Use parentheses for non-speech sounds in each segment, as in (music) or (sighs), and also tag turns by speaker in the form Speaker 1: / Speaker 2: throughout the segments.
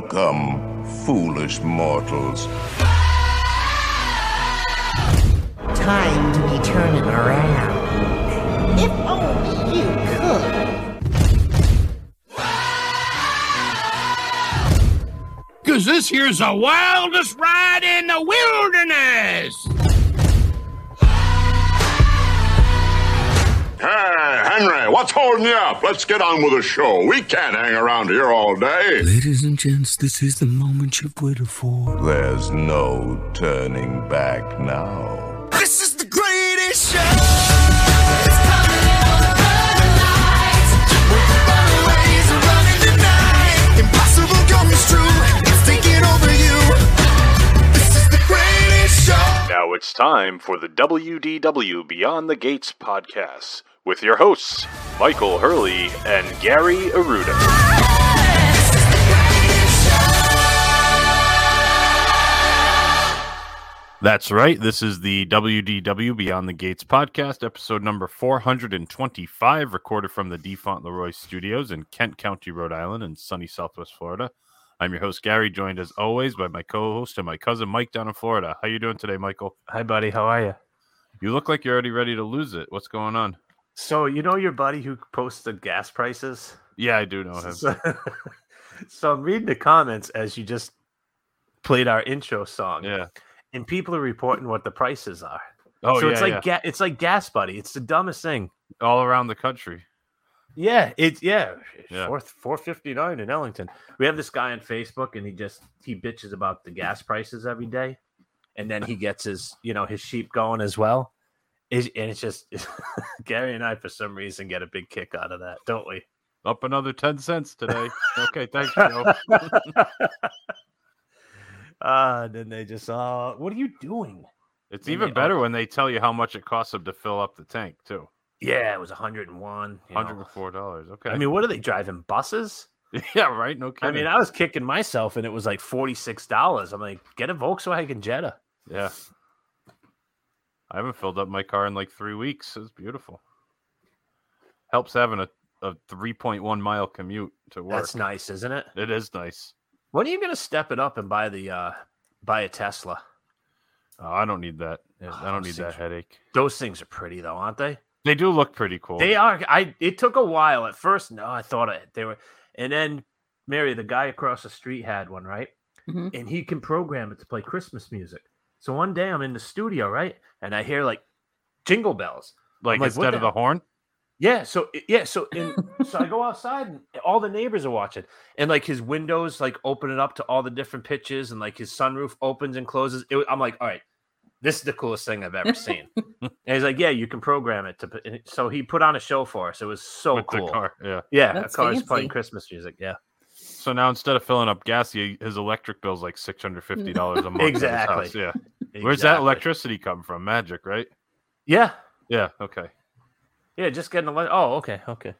Speaker 1: Welcome, foolish mortals.
Speaker 2: Time to be turning around. If only you could.
Speaker 3: Cause this here's the wildest ride in the wilderness!
Speaker 4: Hey, Henry, what's holding you up? Let's get on with the show. We can't hang around here all day.
Speaker 5: Ladies and gents, this is the moment you've waited for.
Speaker 1: There's no turning back now.
Speaker 5: This is the greatest show!
Speaker 6: Now it's time for the WDW Beyond the Gates podcast with your hosts, Michael Hurley and Gary Aruda. That's right. This is the WDW Beyond the Gates podcast, episode number 425, recorded from the D. Fauntleroy Studios in Kent County, Rhode Island, in sunny Southwest Florida. I'm your host Gary, joined as always by my co-host and my cousin Mike down in Florida. How you doing today, Michael?
Speaker 7: Hi, buddy. How are you?
Speaker 6: You look like you're already ready to lose it. What's going on?
Speaker 7: So you know your buddy who posts the gas prices.
Speaker 6: Yeah, I do know him.
Speaker 7: So, (laughs) so I'm reading the comments as you just played our intro song.
Speaker 6: Yeah.
Speaker 7: And people are reporting what the prices are.
Speaker 6: Oh,
Speaker 7: so
Speaker 6: yeah,
Speaker 7: it's like ga- it's like gas, buddy. It's the dumbest thing.
Speaker 6: yeah. all around the country.
Speaker 7: Yeah, it's yeah,
Speaker 6: Yeah.
Speaker 7: four four fifty nine in Ellington. We have this guy on Facebook, and he just he bitches about the gas prices every day, and then he gets his you know his sheep going as well. Is and it's just (laughs) Gary and I for some reason get a big kick out of that, don't we?
Speaker 6: Up another ten cents
Speaker 7: (laughs)
Speaker 6: today. okay, (laughs) thanks, Joe.
Speaker 7: Ah, then they just uh what are you doing?
Speaker 6: It's
Speaker 7: Let
Speaker 6: even
Speaker 7: me-
Speaker 6: better when they tell you how much it costs them to fill up the tank too.
Speaker 7: Yeah, it was hundred and one.
Speaker 6: Hundred and four dollars. Okay.
Speaker 7: I mean, what are they driving buses?
Speaker 6: (laughs) yeah, right. No
Speaker 7: I
Speaker 6: kidding.
Speaker 7: mean, I was kicking myself, and it was like forty six dollars. I'm like, get a Volkswagen Jetta.
Speaker 6: yeah. I haven't filled up my car in like three weeks. It's beautiful. Helps having a, a three point one mile commute to work.
Speaker 7: That's nice, isn't it?
Speaker 6: It is nice.
Speaker 7: When are you gonna step it up and buy the uh buy a Tesla?
Speaker 6: Oh, I don't need that. Yeah, I
Speaker 7: Oh,
Speaker 6: don't need that
Speaker 7: Sage.
Speaker 6: headache.
Speaker 7: Those things are pretty though, aren't they?
Speaker 6: They do look pretty cool.
Speaker 7: They are. I it took a while at first. No, I thought it, they were, and then Mary, the guy across the street had one, right?
Speaker 2: Mhm.
Speaker 7: And he can program it to play Christmas music. So one day I'm in the studio, right, and I hear like jingle bells.
Speaker 6: like,
Speaker 7: I'm like, what
Speaker 6: instead of
Speaker 7: the-
Speaker 6: the horn.
Speaker 7: Yeah. So yeah. So and so
Speaker 2: (laughs)
Speaker 7: I go outside and all the neighbors are watching, and like his windows like open it up to all the different pitches, and like his sunroof opens and closes. It, wa- I'm like, all right, this is the coolest thing I've
Speaker 2: (laughs)
Speaker 7: ever seen. and he's like, yeah, you can program it to. p-" and So he put on a show for us. It was so
Speaker 6: with
Speaker 7: Oh, cool.
Speaker 6: the car. Yeah.
Speaker 7: Yeah,
Speaker 2: That's
Speaker 7: a car's
Speaker 2: fancy.
Speaker 7: playing Christmas music. Yeah,
Speaker 6: So now instead of filling up gas, he, his electric bill's like six hundred fifty dollars
Speaker 7: (laughs)
Speaker 6: a month. at his
Speaker 7: Mm. Exactly.
Speaker 6: house, Yeah. Where's that
Speaker 7: Exactly.
Speaker 6: electricity come from? Magic, right?
Speaker 7: Yeah,
Speaker 6: Yeah. Okay.
Speaker 7: yeah, just getting elect. Oh, okay,
Speaker 6: (laughs)
Speaker 7: okay.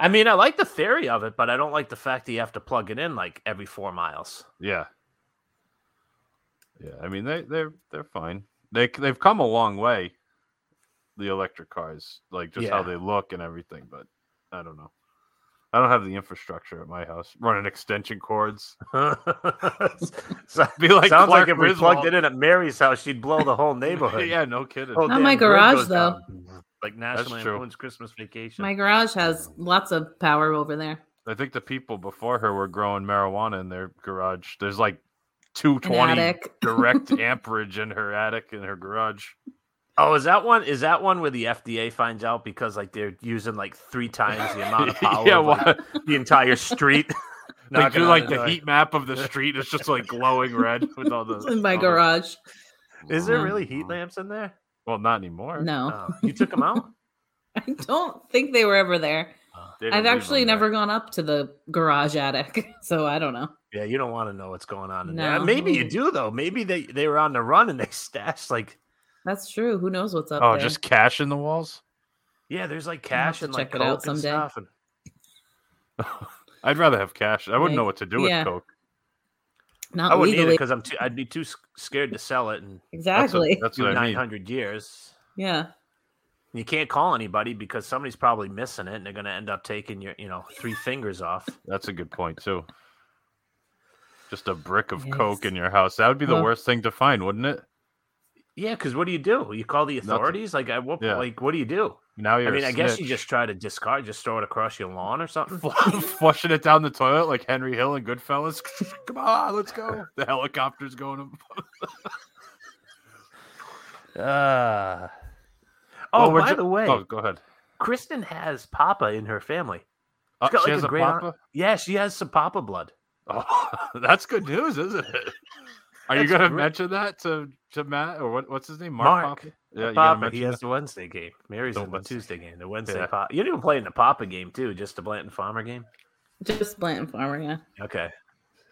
Speaker 7: I mean, I like the theory of it, but I don't like the fact that you have to plug it in like every four miles. (laughs)
Speaker 6: Yeah. Yeah. I mean, they they're they're fine. They c- they've come a long way. The electric cars, like just how
Speaker 7: Yeah.
Speaker 6: they look and everything, but I don't know. I don't have the infrastructure at my house. Running extension cords, (laughs)
Speaker 7: So-
Speaker 6: be like
Speaker 7: Sounds
Speaker 6: Clark
Speaker 7: like if we
Speaker 6: Griswold.
Speaker 7: plugged it in at Mary's house, she'd blow the (laughs)
Speaker 6: (laughs)
Speaker 7: whole neighborhood.
Speaker 6: yeah, no kidding.
Speaker 7: Whole
Speaker 8: Not
Speaker 7: damn
Speaker 8: my
Speaker 7: grid
Speaker 8: garage,
Speaker 7: goes
Speaker 8: though.
Speaker 7: down. Like National
Speaker 6: true.
Speaker 7: Lampoon's Christmas Vacation.
Speaker 8: My garage has lots of power over there.
Speaker 6: I think the people before her were growing marijuana in their garage. There's like
Speaker 8: An
Speaker 6: 220
Speaker 8: attic. (laughs)
Speaker 6: direct amperage in her attic in her garage.
Speaker 7: oh, is that one? Is that one where the FDA finds out because like they're using like three times the (laughs) amount of power?
Speaker 6: yeah,
Speaker 7: of, like,
Speaker 6: why-
Speaker 7: the entire street.
Speaker 6: they
Speaker 7: Knocking
Speaker 6: do
Speaker 7: on
Speaker 6: like the
Speaker 7: door.
Speaker 6: heat map of the street. It's just like glowing
Speaker 8: (laughs)
Speaker 6: red with all the
Speaker 8: in
Speaker 6: all
Speaker 8: my
Speaker 6: the-
Speaker 8: garage.
Speaker 7: (laughs) Is there
Speaker 8: Yeah.
Speaker 7: really heat lamps in there?
Speaker 6: Well, not anymore.
Speaker 8: No,
Speaker 7: Oh, you took them (laughs) out.
Speaker 8: (laughs) I don't think they were ever there.
Speaker 7: Oh,
Speaker 6: They didn't
Speaker 8: I've
Speaker 6: leave
Speaker 8: actually
Speaker 6: them there.
Speaker 8: never gone up to the garage attic, (laughs) so I don't know.
Speaker 7: Yeah, you don't want to know what's going on in there.
Speaker 8: No.
Speaker 7: Maybe you do though. Maybe they they were on the run and they (laughs) stashed like
Speaker 8: That's true. Who knows what's up
Speaker 6: Oh,
Speaker 8: there?
Speaker 6: just cash in the walls.
Speaker 7: yeah, there's like
Speaker 8: I'll have
Speaker 7: cash
Speaker 8: to
Speaker 7: and like
Speaker 8: check it out
Speaker 7: coke and
Speaker 8: someday.
Speaker 7: stuff. And
Speaker 6: I'd rather have cash. I wouldn't know
Speaker 8: Right.
Speaker 6: what to do with
Speaker 8: Yeah.
Speaker 6: coke.
Speaker 8: not
Speaker 7: I wouldn't need it
Speaker 8: legally.
Speaker 7: because I'm too. I'd be too s- scared to sell it and
Speaker 6: That's what-
Speaker 8: exactly.
Speaker 6: That's
Speaker 7: do
Speaker 6: what I
Speaker 7: nine
Speaker 6: mean.
Speaker 7: hundred years.
Speaker 8: (laughs) yeah.
Speaker 7: And you can't call anybody because somebody's probably missing it and they're going to end up taking your, you know, three fingers off.
Speaker 6: That's a good point too. Just a brick of
Speaker 8: Yes.
Speaker 6: coke in your house. That would be the
Speaker 8: Oh.
Speaker 6: worst thing to find, wouldn't it?
Speaker 7: Yeah, because what do you do? You call the
Speaker 6: Nothing.
Speaker 7: authorities? Like, at what,
Speaker 6: Yeah.
Speaker 7: like, what do you do?
Speaker 6: Now you're.
Speaker 7: I mean,
Speaker 6: a
Speaker 7: I guess you
Speaker 6: snitch.
Speaker 7: just try to discard, just throw it across your lawn
Speaker 6: (laughs)
Speaker 7: or something.
Speaker 6: flushing it down the toilet like Henry Hill and Goodfellas. (laughs) Come on, let's go. The helicopter's going. Up.
Speaker 7: Uh, oh,
Speaker 6: we're
Speaker 7: by
Speaker 6: ju-
Speaker 7: the way,
Speaker 6: oh, go ahead.
Speaker 7: Kristen has Papa in her family.
Speaker 6: Oh,
Speaker 7: got,
Speaker 6: she
Speaker 7: like,
Speaker 6: has
Speaker 7: a
Speaker 6: a,
Speaker 7: great aunt-
Speaker 6: papa. (laughs)
Speaker 7: Yeah, she has some Papa blood.
Speaker 6: Oh, (laughs) that's good news, isn't it? Are you
Speaker 7: That's
Speaker 6: gonna
Speaker 7: great.
Speaker 6: mention that to, to Matt or what, what's his name? Mark,
Speaker 7: Mark.
Speaker 6: Papa. Yeah, you gonna
Speaker 7: Papa,
Speaker 6: mention
Speaker 7: he has the Wednesday game. Mary's
Speaker 6: The
Speaker 7: in the
Speaker 6: Wednesday.
Speaker 7: Tuesday game. The Wednesday
Speaker 6: Yeah.
Speaker 7: Pop. You didn't even play in the Papa game too, just the Blanton Farmer game.
Speaker 8: Just Blanton Farmer, yeah.
Speaker 6: Eh,
Speaker 7: Okay.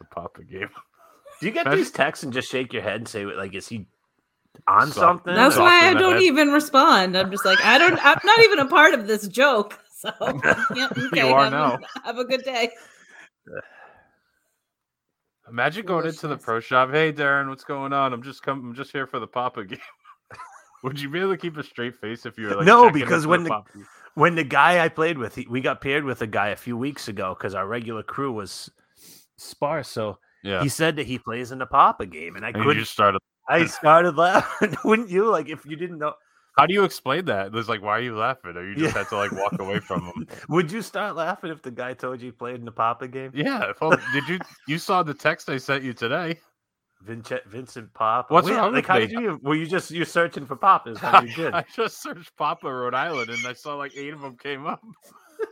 Speaker 6: the Papa game.
Speaker 7: (laughs) Do you get
Speaker 6: Imagine-
Speaker 7: these texts and just shake your head and say, like, is he on
Speaker 6: Suck.
Speaker 7: something?
Speaker 8: That's
Speaker 6: Soft
Speaker 8: why
Speaker 6: in the
Speaker 8: I don't
Speaker 6: head.
Speaker 8: even respond. I'm just like, I don't, I'm not even a part of this joke. (laughs)
Speaker 6: (laughs)
Speaker 8: So, yeah, okay,
Speaker 6: are
Speaker 8: have
Speaker 6: now.
Speaker 8: A, (laughs) have a good day.
Speaker 6: Imagine going into the
Speaker 8: Foolishness.
Speaker 6: pro shop. Hey, Darren, what's going on? I'm just come. I'm just here for the Papa (laughs) game. Would you be able to keep a straight face if you were like
Speaker 7: No,
Speaker 6: checking in
Speaker 7: because
Speaker 6: for
Speaker 7: when the-
Speaker 6: Papa game?
Speaker 7: when the guy I played with, he, we got paired with a guy a few weeks ago because our regular crew was sparse. So
Speaker 6: yeah,
Speaker 7: he said that he plays in the Papa game, and I
Speaker 6: and you
Speaker 7: couldn't.
Speaker 6: just started.
Speaker 7: I started laughing. (laughs) Wouldn't you? Like, if you didn't know,
Speaker 6: How do you explain that? There's like, why are you laughing? Or you just
Speaker 7: Yeah.
Speaker 6: had to like walk away from
Speaker 7: (laughs)
Speaker 6: him.
Speaker 7: would you start laughing if the guy told you he played in the Papa game?
Speaker 6: Yeah. Well, did you you saw the text I sent you today? (laughs)
Speaker 7: Vincent, Vincent Papa.
Speaker 6: What's
Speaker 7: Wait,
Speaker 6: wrong with
Speaker 7: like, how
Speaker 6: me?
Speaker 7: did you? Were you just you're searching for Papa? Is how (laughs) you did.
Speaker 6: I just searched Papa Rhode Island and I saw like eight of them came
Speaker 7: (laughs)
Speaker 6: up,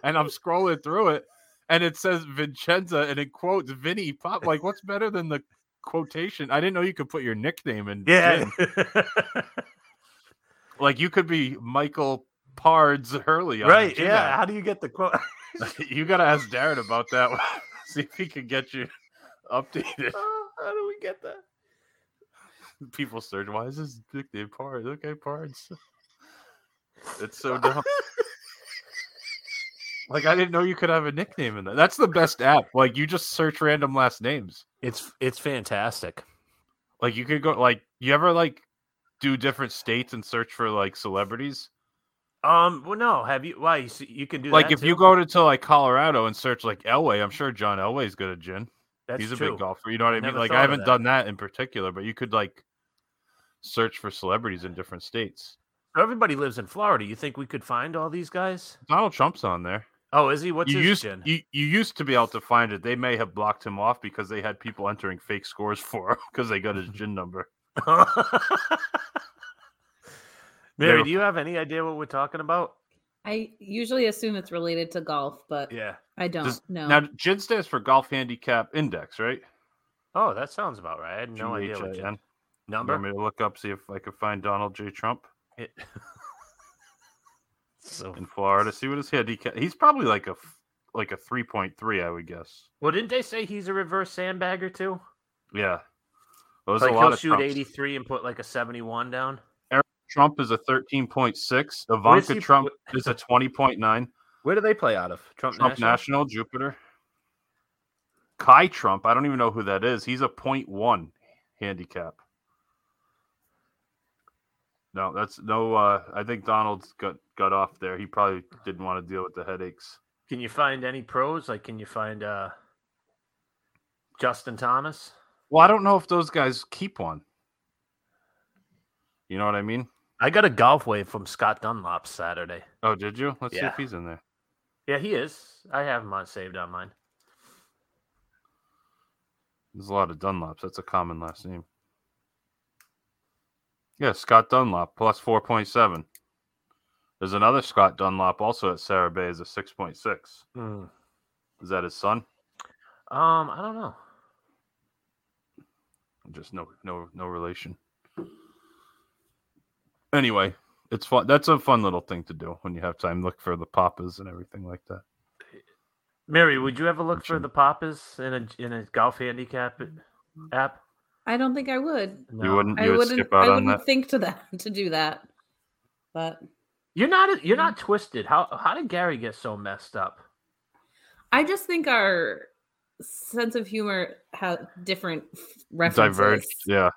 Speaker 6: and I'm scrolling through it, and it says Vincenza and it quotes Vinny Pop. Like, what's better than the quotation? I didn't know you could put your nickname in.
Speaker 7: yeah.
Speaker 6: Vin.
Speaker 7: (laughs)
Speaker 6: like you could be Michael Pards Hurley. On
Speaker 7: right.
Speaker 6: Gmail.
Speaker 7: Yeah. How do you get the quote? (laughs)
Speaker 6: (laughs) you gotta ask Darren about that. (laughs) one. See if he can get you updated.
Speaker 7: how do we get that?
Speaker 6: People search. Why is this nickname Pards? Okay,
Speaker 7: (laughs)
Speaker 6: Pards. It's so dumb. Like I didn't know you could have a nickname in that. That's the best app. Like you just search random last names.
Speaker 7: It's it's fantastic.
Speaker 6: Like you could go. Like you ever like do different states and search for like celebrities.
Speaker 7: Um. Well, no. Have you? Why you, see- you can do
Speaker 6: Like
Speaker 7: that
Speaker 6: if you
Speaker 7: too?
Speaker 6: go to, to like Colorado and search like Elway, I'm sure John Elway's good at gin.
Speaker 7: That's
Speaker 6: He's a
Speaker 7: true.
Speaker 6: big golfer. You know what I mean?
Speaker 7: Never
Speaker 6: Like
Speaker 7: thought
Speaker 6: I
Speaker 7: of
Speaker 6: haven't
Speaker 7: that.
Speaker 6: done that in particular, but you could like search for celebrities in different states.
Speaker 7: Everybody lives in Florida. You think we could find all these guys?
Speaker 6: Donald Trump's on there.
Speaker 7: Oh, is he? What's
Speaker 6: you
Speaker 7: his
Speaker 6: used
Speaker 7: (laughs) gin?
Speaker 6: you, you used to be able to find it. They may have blocked him off because they had people entering fake scores (laughs) for him because they got
Speaker 7: (laughs)
Speaker 6: his gin number.
Speaker 7: Mary,
Speaker 6: were-
Speaker 7: do you have any idea what we're talking about?
Speaker 8: I usually assume it's related to golf, but
Speaker 7: Yeah.
Speaker 8: I don't
Speaker 6: Does-
Speaker 8: know.
Speaker 6: Now gin stands for golf handicap index, right?
Speaker 7: Oh, that sounds about right. I had no idea what gin.
Speaker 6: GHIN. You
Speaker 7: number.
Speaker 6: want me to look up see if I could find Donald J. Trump
Speaker 7: It- so
Speaker 6: in Florida? See what his handicap. He's probably like a f- like a three point three, I would guess.
Speaker 7: well, didn't they say he's a reverse sandbagger too?
Speaker 6: Yeah, those
Speaker 7: like
Speaker 6: a lot
Speaker 7: he'll
Speaker 6: of
Speaker 7: shoot
Speaker 6: Trumps.
Speaker 7: eighty three and put like a seventy one down.
Speaker 6: Trump is a 13.6.
Speaker 7: Where's
Speaker 6: Ivanka
Speaker 7: he-
Speaker 6: Trump is a 20.9. Trump
Speaker 7: Where do they play out of? Trump,
Speaker 6: National? Jupiter. Kai Trump, I don't even know who that is. He's a 0.1 handicap. No, that's no. Uh, I think Donald's got got off there. He probably didn't want to deal with the headaches.
Speaker 7: Can you find any pros? Like, can you find uh Justin Thomas?
Speaker 6: Well, I don't know if those guys keep one. You know what I mean?
Speaker 7: I got a golf wave from Scott Dunlop Saturday.
Speaker 6: Oh, did you? Let's see
Speaker 7: Yeah.
Speaker 6: if he's in there.
Speaker 7: Yeah, he is. I have him on saved on mine.
Speaker 6: There's a lot of Dunlops. That's a common last name. Yeah, Scott Dunlop plus four point seven. There's another Scott Dunlop also at Sarah Bay is a six point six.
Speaker 7: Hmm.
Speaker 6: Is that his son?
Speaker 7: Um, I don't know.
Speaker 6: Just no no no relation. Anyway, it's fun. That's a fun little thing to do when you have time. Look for the papas and everything like that.
Speaker 7: Mary, would you ever look for
Speaker 6: Sure.
Speaker 7: the Papas in a in a golf handicap app?
Speaker 8: I don't think I would.
Speaker 6: You wouldn't you
Speaker 8: I
Speaker 6: would
Speaker 8: wouldn't.
Speaker 6: skip
Speaker 8: I
Speaker 6: out on
Speaker 8: wouldn't
Speaker 6: that.
Speaker 8: think to that (laughs) to do that. But
Speaker 7: You're not you're
Speaker 6: Mm.
Speaker 7: not twisted. How how did Gary get so messed up?
Speaker 8: I just think our sense of humor have different f- references.
Speaker 6: Diverged. Yeah.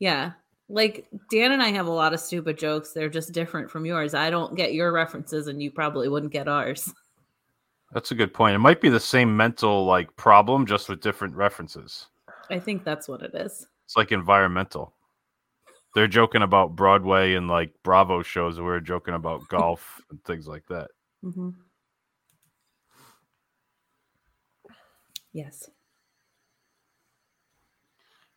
Speaker 8: Yeah. like Dan and I have a lot of stupid jokes. They're just different from yours. I don't get your references, and you probably wouldn't get ours. (laughs)
Speaker 6: That's a good point. It might be the same mental like problem, just with different references.
Speaker 8: I think that's what it is.
Speaker 6: It's like environmental. They're joking about Broadway and like Bravo shows. and We're joking about
Speaker 8: (laughs)
Speaker 6: golf and things like that.
Speaker 8: hmm Yes.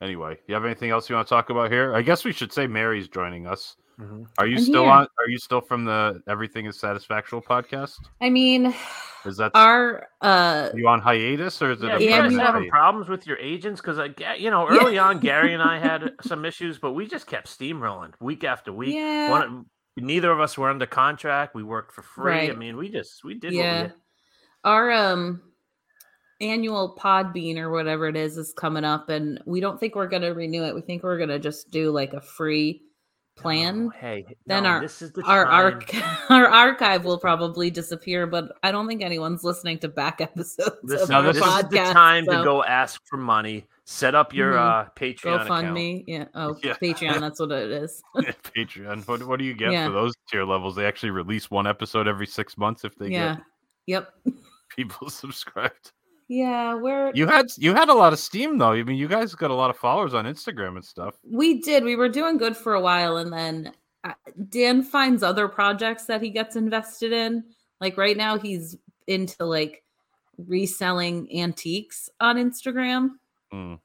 Speaker 6: Anyway, you have anything else you want to talk about here? I guess we should say Mary's joining us.
Speaker 7: Mhm.
Speaker 6: Are you
Speaker 8: I'm
Speaker 6: still
Speaker 8: here.
Speaker 6: on? Are you still from the Everything Is Satisfactual podcast?
Speaker 8: I mean,
Speaker 6: Is that
Speaker 8: our uh,
Speaker 6: you on hiatus or is it?
Speaker 7: Yeah,
Speaker 6: a
Speaker 7: you
Speaker 8: Yeah,
Speaker 7: guys
Speaker 8: we-
Speaker 6: permanent
Speaker 7: having
Speaker 6: (laughs) hiatus?
Speaker 7: problems with your agents? Because I, ga- you know,
Speaker 8: Yeah.
Speaker 7: early on, Gary
Speaker 8: (laughs)
Speaker 7: and I had some issues, but we just kept steamrolling week after week.
Speaker 8: Yeah.
Speaker 7: One, neither of us were under contract. We worked for free. I
Speaker 8: Right.
Speaker 7: mean, we just we did.
Speaker 8: yeah,
Speaker 7: What we did.
Speaker 8: our um annual Podbean or whatever it is is coming up, and we don't think we're gonna renew it. We think we're gonna just do like a free plan.
Speaker 7: Oh, hey,
Speaker 8: Then
Speaker 7: no,
Speaker 8: our-
Speaker 7: this is the
Speaker 8: Our
Speaker 7: time.
Speaker 8: arch- (laughs) our archive will probably disappear, but I don't think anyone's listening to back (laughs) episodes.
Speaker 7: This,
Speaker 8: of
Speaker 6: No,
Speaker 8: our
Speaker 7: this is the
Speaker 8: podcast,
Speaker 7: time to
Speaker 8: so
Speaker 7: go ask for money. Set up your
Speaker 8: Mhm.
Speaker 7: uh, Patreon account.
Speaker 8: GoFundMe. Yeah.
Speaker 7: (laughs)
Speaker 8: Oh,
Speaker 6: Yeah.
Speaker 8: Patreon. That's what it is.
Speaker 6: Patreon. What, what do you get
Speaker 8: Yeah.
Speaker 6: for those tier levels? They actually release one episode every six months if they
Speaker 8: yeah.
Speaker 6: get
Speaker 8: Yep.
Speaker 6: (laughs)
Speaker 8: (laughs)
Speaker 6: people subscribed.
Speaker 8: Yeah. We're
Speaker 6: You had you had a lot of steam though. I mean, you guys got a lot of followers on Instagram and stuff.
Speaker 8: we did we were doing good for a while and then uh, dan finds other projects that he gets invested in like right now he's into like reselling antiques on instagram
Speaker 6: Mm.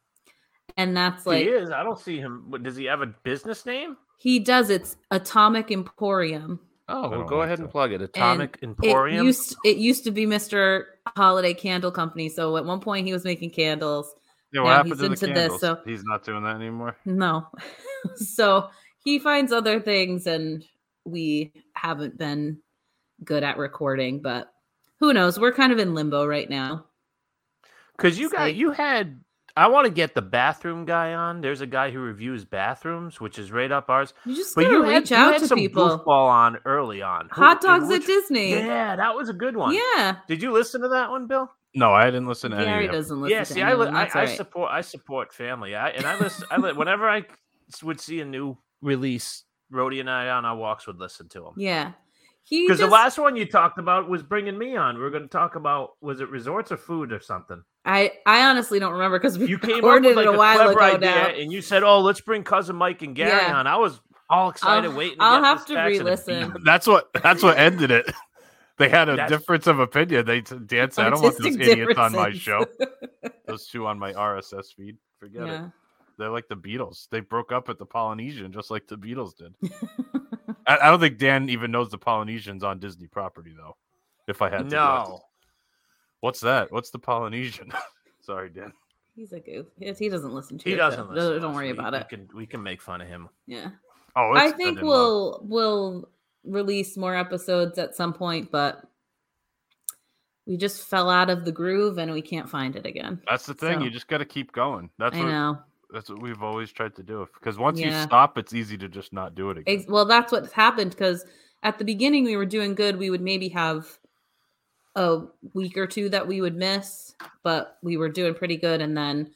Speaker 8: and that's
Speaker 7: he
Speaker 8: like
Speaker 7: is. I don't see him. what- Does he have a business name?
Speaker 8: he does it's atomic emporium
Speaker 7: Oh,
Speaker 6: don't
Speaker 7: well, go
Speaker 6: like
Speaker 7: ahead and
Speaker 6: that.
Speaker 7: plug it. Atomic Emporium.
Speaker 8: It used it used to be Mr. Holiday Candle Company. So at one point he was making candles.
Speaker 6: Yeah, what
Speaker 8: Now
Speaker 6: happened
Speaker 8: he's
Speaker 6: to the
Speaker 8: into this,
Speaker 6: candles?
Speaker 8: so-
Speaker 6: He's not doing that anymore.
Speaker 8: No. (laughs) so he finds other things, and we haven't been good at recording, but who knows? We're kind of in limbo right now.
Speaker 7: Because you got
Speaker 8: Like-
Speaker 7: you had. I want to get the bathroom guy on. There's a guy who reviews bathrooms, which is right up ours.
Speaker 8: You just
Speaker 7: But
Speaker 8: gotta
Speaker 7: you had,
Speaker 8: reach
Speaker 7: you
Speaker 8: out
Speaker 7: had
Speaker 8: to
Speaker 7: some
Speaker 8: people.
Speaker 7: goofball on early on. Who-
Speaker 8: Hot
Speaker 7: and
Speaker 8: dogs at
Speaker 7: which-
Speaker 8: Disney.
Speaker 7: Yeah, that was a good one.
Speaker 8: Yeah.
Speaker 7: Did you listen to that one, Bill?
Speaker 6: No, I didn't listen to any.
Speaker 8: Gary
Speaker 6: of them.
Speaker 8: doesn't listen
Speaker 7: yeah.
Speaker 8: to
Speaker 7: See, I,
Speaker 8: anyone.
Speaker 7: li- I,
Speaker 8: That's all
Speaker 7: I
Speaker 8: right.
Speaker 7: support I support family. I and I listen. I li- whenever I s- would see a new release, Rhodey and I on our walks would listen to them.
Speaker 8: Yeah. He
Speaker 7: Because
Speaker 8: just,
Speaker 7: the last one you talked about was bringing me on. We were going to talk about was it resorts or food or
Speaker 8: (laughs)
Speaker 7: something.
Speaker 8: I, I honestly don't remember because we
Speaker 7: You came up
Speaker 8: recorded
Speaker 7: with like
Speaker 8: it
Speaker 7: a,
Speaker 8: a while
Speaker 7: clever
Speaker 8: ago
Speaker 7: idea,
Speaker 8: now.
Speaker 7: and you said, "Oh, let's bring cousin Mike and Gary
Speaker 8: Yeah.
Speaker 7: on." I was all excited, waiting. To
Speaker 8: I'll
Speaker 7: get
Speaker 8: have
Speaker 7: this
Speaker 8: to
Speaker 7: fax, and it
Speaker 8: re-listen.
Speaker 6: (laughs)
Speaker 7: beeped.
Speaker 6: That's what that's what ended it. (laughs) They had a
Speaker 7: That's-
Speaker 6: difference of opinion. They t- Dan said, "I don't want those
Speaker 8: Artistic
Speaker 6: idiots on my
Speaker 8: differences.
Speaker 6: show."
Speaker 8: (laughs)
Speaker 6: Those two on my RSS feed. Forget it.
Speaker 8: yeah.
Speaker 6: They're like the Beatles. They broke up at the Polynesian, just like the Beatles
Speaker 8: (laughs)
Speaker 6: did. I, I don't think Dan even knows the Polynesians on Disney property, though. If I had to guess.
Speaker 7: No,
Speaker 6: what's that? What's the Polynesian? (laughs) Sorry, Dan.
Speaker 8: He's a goof. He- He doesn't listen to
Speaker 7: he
Speaker 8: it,
Speaker 7: doesn't.
Speaker 8: so
Speaker 7: listen to
Speaker 8: Don't
Speaker 7: us.
Speaker 8: worry
Speaker 7: We-
Speaker 8: about
Speaker 7: we
Speaker 8: it.
Speaker 7: Can, we can make fun of him.
Speaker 8: Yeah.
Speaker 6: Oh,
Speaker 8: I
Speaker 6: it's good
Speaker 8: think
Speaker 6: in love.
Speaker 8: we'll we'll release more episodes at some point, but we just fell out of the groove and we can't find it again.
Speaker 6: That's the thing. You
Speaker 8: So-
Speaker 6: just got to keep going. That's
Speaker 8: I
Speaker 6: what
Speaker 8: know.
Speaker 6: that's what we've always tried to do. Because once you
Speaker 8: Yeah.
Speaker 6: stop, it's easy to just not do it again.
Speaker 8: Ex- well, that's what happened because at the beginning we were doing good. We would maybe have a week or two that we would miss, but we were doing pretty good. And then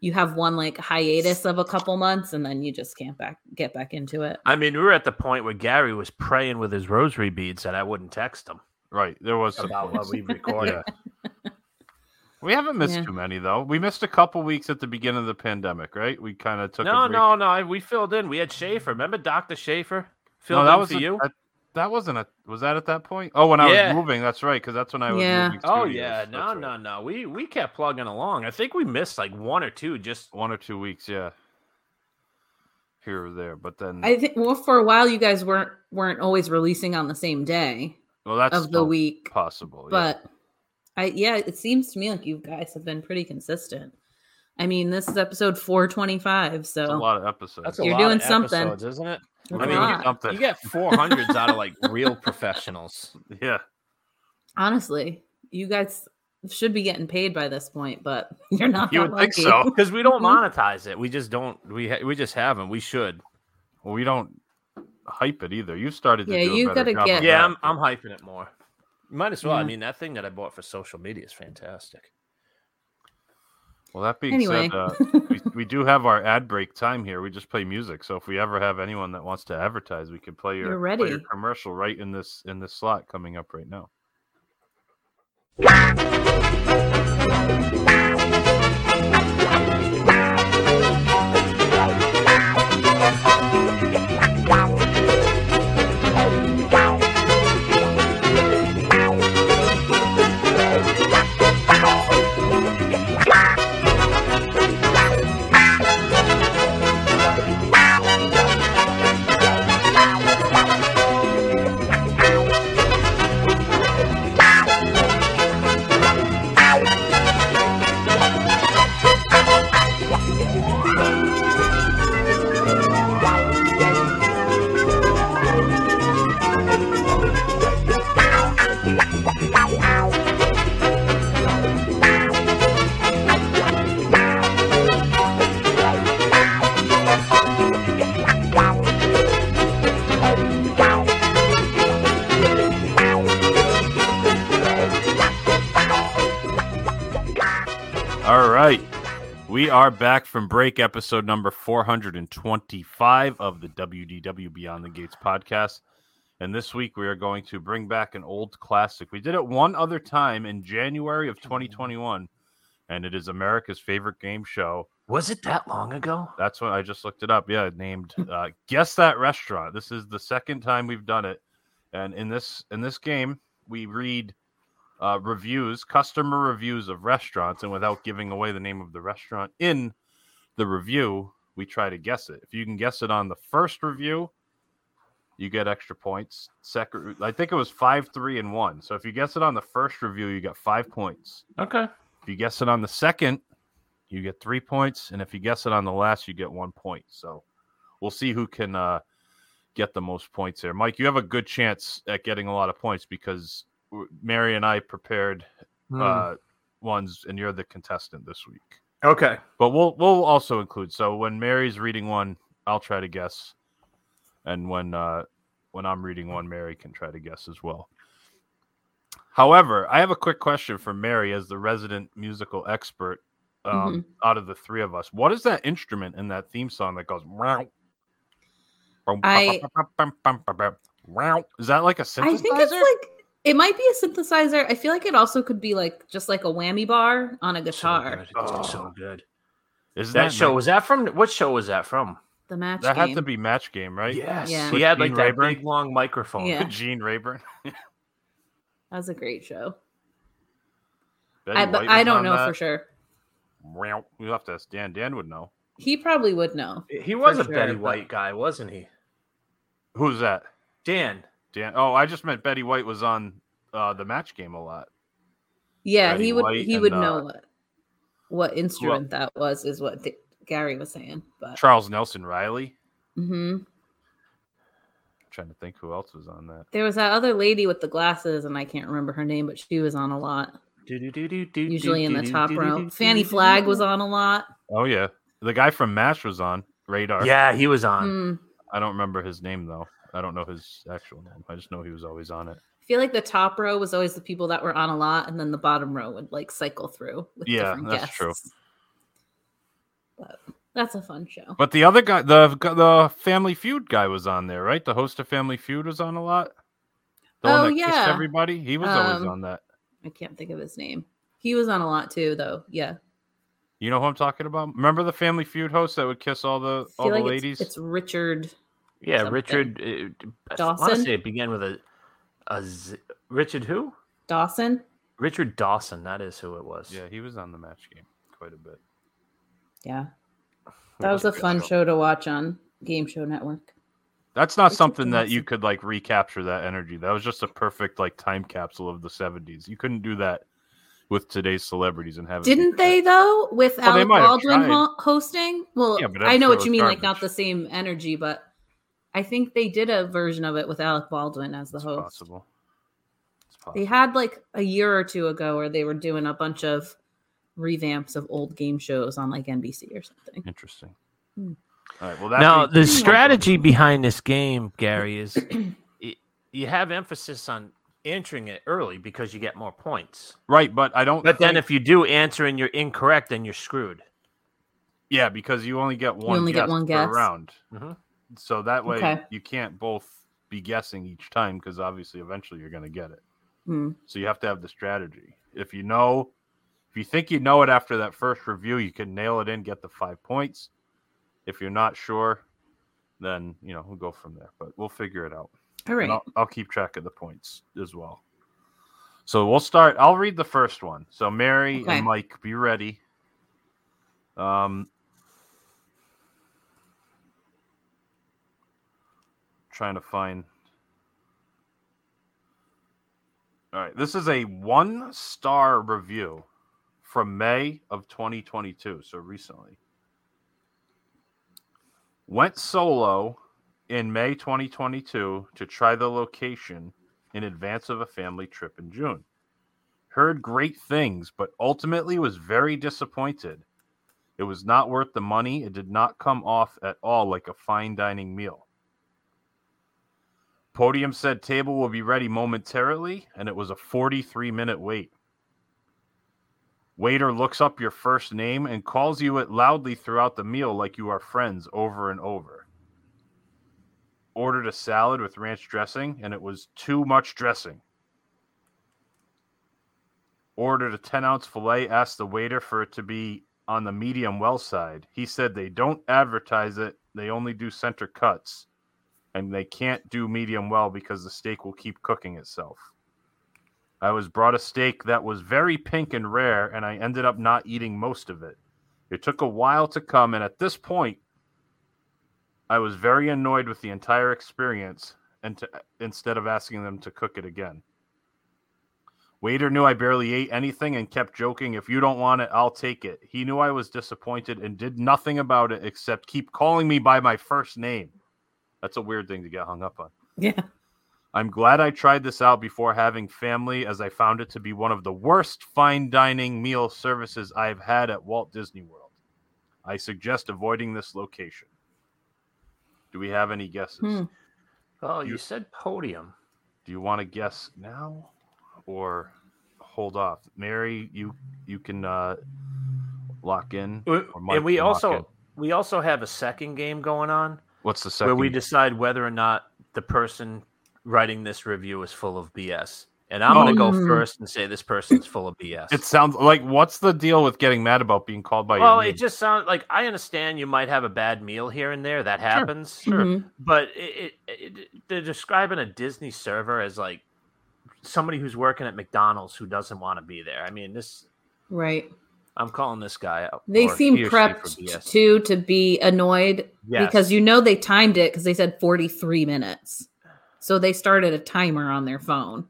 Speaker 8: you have one like hiatus of a couple months, and then you just can't back get back into it.
Speaker 7: I mean, we were at the point where Gary was praying with his rosary beads that I wouldn't text him
Speaker 6: right? There was some
Speaker 7: about
Speaker 6: point.
Speaker 7: (laughs) what we recorded.
Speaker 6: We haven't missed
Speaker 8: Yeah.
Speaker 6: too many though. We missed a couple weeks at the beginning of the pandemic, right? We kind of took
Speaker 7: No,
Speaker 6: a break.
Speaker 7: no, no. I- We filled in. We had Schaefer. Remember Doctor Schaefer? Filled
Speaker 6: no, that
Speaker 7: in
Speaker 6: was
Speaker 7: for
Speaker 6: a-
Speaker 7: you.
Speaker 6: a- that wasn't a was that at that point? Oh, when I
Speaker 7: Yeah.
Speaker 6: was moving, that's right, because that's when I was
Speaker 8: Yeah.
Speaker 6: moving.
Speaker 7: Oh
Speaker 6: studios,
Speaker 7: yeah,
Speaker 6: that's
Speaker 7: no,
Speaker 6: right.
Speaker 7: no, no. We we kept plugging along. I think we missed like one or two just
Speaker 6: one or two weeks, yeah, here or there. But then,
Speaker 8: I think well for a while you guys weren't weren't always releasing on the same day
Speaker 6: well, that's
Speaker 8: of the
Speaker 6: still
Speaker 8: week,
Speaker 6: possible. yeah.
Speaker 8: but I yeah, it seems to me like you guys have been pretty consistent. I mean, this is episode 425,
Speaker 6: It's a
Speaker 8: so
Speaker 6: lot of episodes.
Speaker 7: That's a
Speaker 8: You're
Speaker 7: lot
Speaker 8: doing
Speaker 7: of
Speaker 8: something.
Speaker 7: episodes, isn't it?
Speaker 8: it's
Speaker 7: I
Speaker 8: a
Speaker 7: mean,
Speaker 8: lot.
Speaker 6: something.
Speaker 7: You get four hundreds out of like
Speaker 6: (laughs)
Speaker 7: real professionals.
Speaker 6: yeah,
Speaker 8: honestly, you guys should be getting paid by this point, but (laughs) you're not.
Speaker 6: you
Speaker 8: that
Speaker 6: would think
Speaker 8: lucky. (laughs)
Speaker 6: so.
Speaker 7: Because we don't
Speaker 8: Mhm.
Speaker 7: monetize it. We just don't. We ha- we just haven't. We should.
Speaker 6: Well, we don't hype it either. You started. To
Speaker 8: Yeah,
Speaker 6: do a
Speaker 8: you
Speaker 6: better
Speaker 8: gotta
Speaker 6: job
Speaker 8: get-
Speaker 6: of
Speaker 7: Yeah,
Speaker 6: that.
Speaker 7: I'm I'm hyping it more. Might as well. I
Speaker 8: Yeah.
Speaker 7: mean, that thing that I bought for social media is fantastic.
Speaker 6: Well, that being
Speaker 8: Anyway.
Speaker 6: said, uh,
Speaker 8: (laughs)
Speaker 6: we, we do have our ad break time here. We just play music, so if we ever have anyone that wants to advertise, we can play your,
Speaker 8: You're
Speaker 6: play your
Speaker 8: ready.
Speaker 6: commercial right in this in this slot coming up right now. All right. We are back from break, episode number 425 of the WDW Beyond the Gates podcast. And this week we are going to bring back an old classic. We did it one other time in January of 2021, and it is America's favorite game show.
Speaker 7: Was it that long ago?
Speaker 6: That's when I just looked it up. Yeah, named uh, Guess That Restaurant. This is the second time we've done it. And in this in this game, we read uh, reviews, customer reviews of restaurants, and without giving away the name of the restaurant in the review, we try to guess it. If you can guess it on the first review, you get extra points. Second, I think it was five, three, and one. So if you guess it on the first review, you got five points.
Speaker 7: Okay.
Speaker 6: If you guess it on the second, you get three points, and if you guess it on the last, you get one point. So we'll see who can uh, get the most points there. Mike, you have a good chance at getting a lot of points because w- Mary and I prepared
Speaker 7: Hmm.
Speaker 6: uh, ones, and you're the contestant this week.
Speaker 7: okay.
Speaker 6: But we'll we'll also include. So when Mary's reading one, I'll try to guess, and when uh, when I'm reading one, Mary can try to guess as well. However, I have a quick question for Mary as the resident musical expert um,
Speaker 8: Mm-hmm.
Speaker 6: out of the three of us. What is that instrument in that theme song that goes? "Wow"?
Speaker 8: I-
Speaker 6: Wow. Is that like a synthesizer?
Speaker 8: I think it's like it might be a synthesizer. I feel like it also could be like just like a whammy bar on a guitar.
Speaker 7: So good. So good.
Speaker 6: Is
Speaker 7: That show
Speaker 6: ma-
Speaker 7: was that from what show was that from?
Speaker 8: The match
Speaker 6: that
Speaker 8: game.
Speaker 6: had to be match game, right?
Speaker 7: Yes.
Speaker 8: Yeah.
Speaker 7: He had
Speaker 6: With
Speaker 7: like
Speaker 6: Gene
Speaker 7: that
Speaker 6: Rayburn?
Speaker 7: big long microphone.
Speaker 8: Yeah.
Speaker 6: Gene Rayburn.
Speaker 8: that was a great show.
Speaker 6: Betty
Speaker 8: I, but
Speaker 6: White
Speaker 8: I
Speaker 6: was
Speaker 8: don't
Speaker 6: on
Speaker 8: know
Speaker 6: that.
Speaker 8: for sure.
Speaker 6: Meow. We'll have to ask Dan. Dan would know.
Speaker 8: He probably would know.
Speaker 7: He was
Speaker 8: For
Speaker 7: a
Speaker 8: sure,
Speaker 7: Betty
Speaker 8: but-
Speaker 7: White guy, wasn't he?
Speaker 6: Who's that?
Speaker 7: Dan.
Speaker 6: Dan. Oh, I just meant Betty White was on uh, the match game a lot.
Speaker 8: Yeah,
Speaker 6: Betty
Speaker 8: he would.
Speaker 6: White
Speaker 8: he
Speaker 6: and,
Speaker 8: would
Speaker 6: uh,
Speaker 8: know what what instrument that was. Is what D- Gary was saying. But
Speaker 6: Charles Nelson Riley.
Speaker 8: hmm
Speaker 6: trying to think who else was on that.
Speaker 8: there was that other lady with the glasses, and I can't remember her name, but she was on a lot. Usually in the top row. Fanny Flag was on a lot.
Speaker 6: Oh yeah, the guy from Mash was on Radar.
Speaker 7: Yeah, he was on.
Speaker 8: Mm.
Speaker 6: I don't remember his name though. I don't know his actual name. I just know he was always on it.
Speaker 8: I feel like the top row was always the people that were on a lot, and then the bottom row would like cycle through. With
Speaker 6: Yeah,
Speaker 8: different
Speaker 6: that's
Speaker 8: guests.
Speaker 6: true.
Speaker 8: But that's a fun show.
Speaker 6: But the other guy, the the Family Feud guy, was on there, right? The host of Family Feud was on a lot. The one
Speaker 8: Oh,
Speaker 6: that kissed
Speaker 8: yeah.
Speaker 6: everybody. He was always
Speaker 8: Um,
Speaker 6: on that.
Speaker 8: I can't think of his name. He was on a lot too, though. Yeah,
Speaker 6: You know who I'm talking about? Remember the Family Feud host that would kiss all the
Speaker 8: I
Speaker 6: all
Speaker 8: feel
Speaker 6: the
Speaker 8: like it's-
Speaker 6: ladies?
Speaker 8: It's, Richard.
Speaker 7: Yeah,
Speaker 8: something.
Speaker 7: Richard uh, I want to
Speaker 8: Dawson?
Speaker 7: say it began with a, a Z, Richard who?
Speaker 8: Dawson.
Speaker 7: Richard Dawson. That is who it was.
Speaker 6: Yeah, he was on the match game quite a bit.
Speaker 8: Yeah, that was a fun show to watch on Game Show Network.
Speaker 6: That's not
Speaker 8: Richard
Speaker 6: something that you
Speaker 8: Dawson.
Speaker 6: could like recapture that energy. That was just a perfect like time capsule of the 70s. You couldn't do that with today's celebrities and have it be
Speaker 8: Didn't
Speaker 6: good.
Speaker 8: they though? With
Speaker 6: Well, they
Speaker 8: Alec
Speaker 6: might have
Speaker 8: Baldwin
Speaker 6: tried.
Speaker 8: ho- hosting. Well,
Speaker 6: Yeah, but that
Speaker 8: I know
Speaker 6: show
Speaker 8: what
Speaker 6: was
Speaker 8: you mean. Like
Speaker 6: garbage.
Speaker 8: not the same energy, but I think they did a version of it with Alec Baldwin as the
Speaker 6: It's
Speaker 8: host.
Speaker 6: possible. It's possible.
Speaker 8: They had like a year or two ago where they were doing a bunch of revamps of old game shows on like NBC or something.
Speaker 6: Interesting.
Speaker 8: Hmm.
Speaker 6: All right. Well, that
Speaker 7: Now, the
Speaker 6: being-
Speaker 8: (clears throat)
Speaker 7: strategy behind this game, Gary, is y- you have emphasis on answering it early because you get more points.
Speaker 6: Right, but I don't.
Speaker 7: But then
Speaker 6: think-
Speaker 7: if you do answer and you're incorrect, then you're screwed.
Speaker 6: yeah, because you only get one.
Speaker 8: only get
Speaker 6: guess
Speaker 8: one
Speaker 6: per
Speaker 8: guess.
Speaker 6: round.
Speaker 7: Mhm.
Speaker 6: So that way
Speaker 8: Okay.
Speaker 6: you can't both be guessing each time because obviously eventually you're going to get it.
Speaker 8: Hmm.
Speaker 6: So you have to have the strategy. If you know, if you think you know it after that first review, you can nail it in, get the five points. If you're not sure, then you know we'll go from there. But we'll figure it out. And
Speaker 8: All right.
Speaker 6: I'll, I'll keep track of the points as well. So we'll start. I'll read the first one. So Mary
Speaker 8: Okay.
Speaker 6: and Mike, be ready. Um, trying to find. All right, this is a one-star review from May of 2022, so recently. Went solo in May 2022 to try the location in advance of a family trip in June. Heard great things, but ultimately was very disappointed. It was not worth the money. It did not come off at all like a fine dining meal. Podium said table will be ready momentarily, and it was a 43 minute wait. Waiter looks up your first name and calls you it loudly throughout the meal like you are friends over and over ordered a salad with ranch dressing and it was too much dressing. Ordered a 10 ounce filet, asked the waiter for it to be on the medium well side. He said they don't advertise it, they only do center cuts, and they can't do medium well because the steak will keep cooking itself. I was brought a steak that was very pink and rare, and I ended up not eating most of it. It took a while to come, and at this point, I was very annoyed with the entire experience and to, instead of asking them to cook it again. Waiter knew I barely ate anything and kept joking, if you don't want it, I'll take it. He knew I was disappointed and did nothing about it except keep calling me by my first name. That's a weird thing to get hung up on.
Speaker 8: Yeah.
Speaker 6: I'm glad I tried this out before having family, as I found it to be one of the worst fine dining meal services I've had at Walt Disney World. I suggest avoiding this location. Do we have any guesses?
Speaker 8: Hmm.
Speaker 7: Oh,
Speaker 6: You-
Speaker 7: you said podium.
Speaker 6: Do you want to guess now, or hold off? Mary, you you can uh, lock in.
Speaker 7: W-
Speaker 6: or Mike
Speaker 7: And we
Speaker 6: can lock in.
Speaker 7: also we also have a second game going on
Speaker 6: what's the second?
Speaker 7: where we decide whether or not the person writing this review is full of BS. And I'm going to go
Speaker 8: Mm.
Speaker 7: first and say this person's full of BS.
Speaker 6: it sounds like what's the deal with getting mad about being called by
Speaker 7: well,
Speaker 6: your name?
Speaker 7: it just sounds like I understand you might have a bad meal here and there. That happens.
Speaker 8: Mhm.
Speaker 7: But it, it, it, they're describing a Disney server as like somebody who's working at McDonald's who doesn't want to be there. I mean, this
Speaker 8: Right.
Speaker 7: I'm calling this guy out.
Speaker 8: They
Speaker 7: or
Speaker 8: seem
Speaker 7: he or she for
Speaker 8: prepped
Speaker 7: BS.
Speaker 8: too to be annoyed
Speaker 7: Yes.
Speaker 8: because you know they timed it because they said 43 minutes. So they started a timer on their phone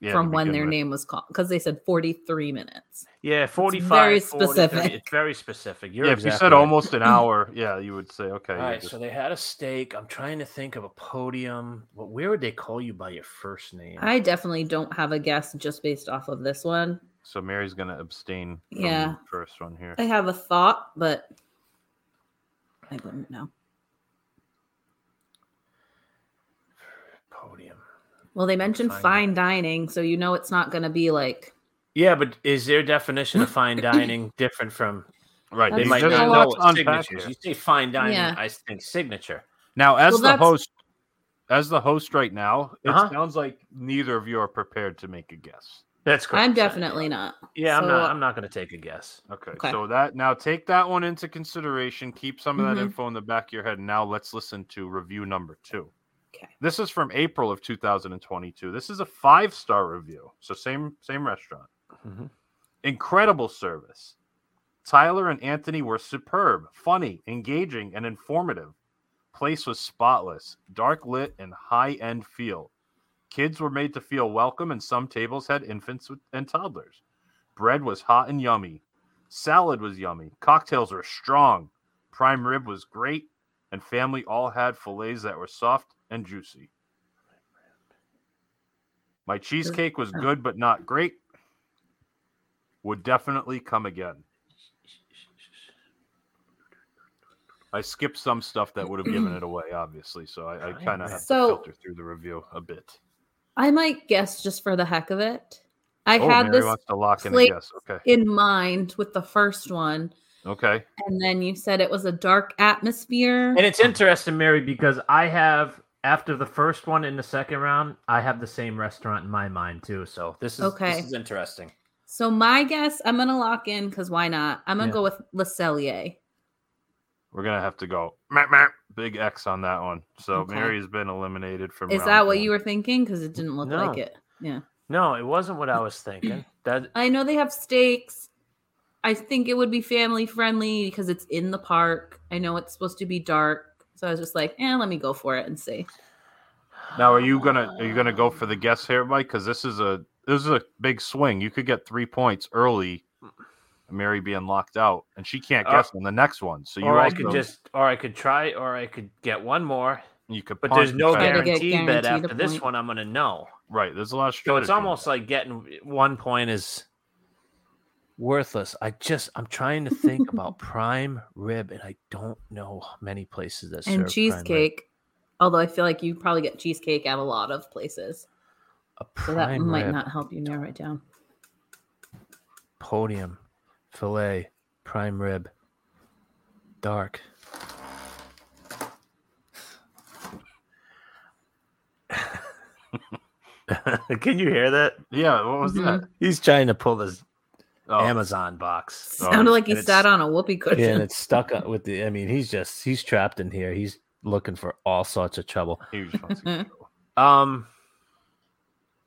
Speaker 6: Yeah,
Speaker 8: from
Speaker 6: to
Speaker 8: when
Speaker 6: begin
Speaker 8: their
Speaker 6: with.
Speaker 8: name was called because they said 43ee minutes.
Speaker 7: Yeah, 45.
Speaker 8: very
Speaker 7: 40, 30.
Speaker 8: specific.
Speaker 7: It's very specific. You're
Speaker 6: Yeah, if
Speaker 7: exactly
Speaker 6: you said
Speaker 7: right.
Speaker 6: almost
Speaker 7: (clears throat)
Speaker 6: an hour, yeah, you would say okay.
Speaker 7: All
Speaker 6: you're
Speaker 7: right,
Speaker 6: just-
Speaker 7: so they had a steak. I'm trying to think of a podium. Well, where would they call you by your first name?
Speaker 8: I definitely don't have a guess just based off of this one.
Speaker 6: So Mary's gonna abstain. From
Speaker 8: Yeah.
Speaker 6: the First one here.
Speaker 8: I have a thought, but I wouldn't know.
Speaker 7: podium.
Speaker 8: Well, they mentioned
Speaker 7: Fine.
Speaker 8: fine dining, so you know it's not going to be like
Speaker 7: Yeah, but is their definition of
Speaker 8: (laughs)
Speaker 7: fine dining different from
Speaker 6: Right.
Speaker 7: they
Speaker 8: That's
Speaker 6: you
Speaker 7: might
Speaker 6: just-
Speaker 7: not
Speaker 8: true.
Speaker 7: know
Speaker 6: let's
Speaker 7: what
Speaker 6: unpack
Speaker 7: signatures.
Speaker 6: here.
Speaker 7: You say fine dining,
Speaker 8: Yeah.
Speaker 7: I think signature.
Speaker 6: Now, as
Speaker 8: Well,
Speaker 6: the
Speaker 8: that's-
Speaker 6: host, as the host right now, it
Speaker 7: Uh-huh.
Speaker 6: sounds like neither of you are prepared to make a guess.
Speaker 7: That's correct.
Speaker 8: I'm definitely not.
Speaker 7: Yeah, I'm
Speaker 8: so- uh,
Speaker 7: not. I'm not going to take a guess.
Speaker 6: Okay,
Speaker 8: Okay.
Speaker 6: So that now take that one into consideration. Keep some of that
Speaker 8: Mhm.
Speaker 6: info in the back of your head. Now let's listen to review number two.
Speaker 8: 'Kay.
Speaker 6: This is from April of 2022. This is a five star review. So same same restaurant.
Speaker 7: Mhm.
Speaker 6: Incredible service. Tyler and Anthony were superb, funny, engaging, and informative. Place was spotless, dark lit, and high end feel. Kids were made to feel welcome, and some tables had infants with- and toddlers. Bread was hot and yummy. Salad was yummy. Cocktails were strong. Prime rib was great. And family all had fillets that were soft and juicy. My cheesecake was good, but not great. Would definitely come again. I skipped some stuff that would have given it away, obviously. So I, I kind of have
Speaker 8: So-
Speaker 6: to filter through the review a bit.
Speaker 8: I might guess just for the heck of it. I
Speaker 6: oh,
Speaker 8: had
Speaker 6: Mary
Speaker 8: this
Speaker 6: wants to lock in a
Speaker 8: slate-
Speaker 6: guess. Okay.
Speaker 8: in mind with the first one,
Speaker 6: Okay.
Speaker 8: and then you said it was a dark atmosphere.
Speaker 7: And it's interesting, Mary, because I have after the first one in the second round, I have the same restaurant in my mind too. So this is
Speaker 8: Okay.
Speaker 7: this is interesting.
Speaker 8: so my guess, I'm gonna lock in because why not? I'm gonna
Speaker 7: Yeah.
Speaker 8: go with Le Cellier.
Speaker 6: We're gonna have to go meh, meh,
Speaker 7: Oh,
Speaker 6: big X on that one. So
Speaker 8: Okay.
Speaker 6: Mary has been eliminated from.
Speaker 8: Is
Speaker 6: round
Speaker 8: that what
Speaker 6: one.
Speaker 8: you were thinking? Because it didn't look like
Speaker 7: No.
Speaker 8: it. Yeah.
Speaker 7: No, it wasn't what I was (clears throat) thinking. That
Speaker 8: I know they have steaks. I think it would be family friendly because it's in the park. I know it's supposed to be dark. So I was just like, eh, let me go for it and see.
Speaker 6: Now are you gonna are you gonna go for the guess here, Mike? Because this is a this is a big swing. You could get three points early. Mary being locked out, and she can't
Speaker 7: Uh,
Speaker 6: guess on the next one. So you
Speaker 7: or I
Speaker 6: also-
Speaker 7: could just or I could try or I could get one more.
Speaker 6: you could,
Speaker 7: But
Speaker 6: punt
Speaker 7: there's
Speaker 6: the
Speaker 7: no
Speaker 6: fact-
Speaker 8: Try to get
Speaker 7: guarantee bet
Speaker 8: guaranteed a
Speaker 7: after this
Speaker 8: point.
Speaker 7: one I'm gonna know.
Speaker 6: right. There's a lot of
Speaker 7: So
Speaker 6: strategy.
Speaker 7: it's almost like getting one point is worthless. I just I'm trying to think
Speaker 8: (laughs)
Speaker 7: about prime rib, and I don't know many places that serve prime
Speaker 8: and
Speaker 7: rib.
Speaker 8: cheesecake. Although I feel like you probably get cheesecake at a lot of places.
Speaker 7: A
Speaker 8: So
Speaker 7: prime
Speaker 8: that might
Speaker 7: rib,
Speaker 8: not help you narrow it down.
Speaker 7: podium, fillet, prime rib, dark. (laughs) Can you hear that?
Speaker 6: yeah. What
Speaker 8: Mm-hmm.
Speaker 6: was that?
Speaker 8: (laughs)
Speaker 7: He's trying to pull this
Speaker 6: Oh,
Speaker 7: Amazon box. (laughs)
Speaker 8: Sounded like he
Speaker 7: and it's-
Speaker 8: sat on a whoopee
Speaker 7: Yeah, and
Speaker 8: cushion.
Speaker 7: it's stuck up with the. I mean, he's just he's trapped in here. He's looking for all sorts of trouble.
Speaker 6: he just wants to
Speaker 8: Mm-hmm.
Speaker 6: get trouble.
Speaker 7: Um,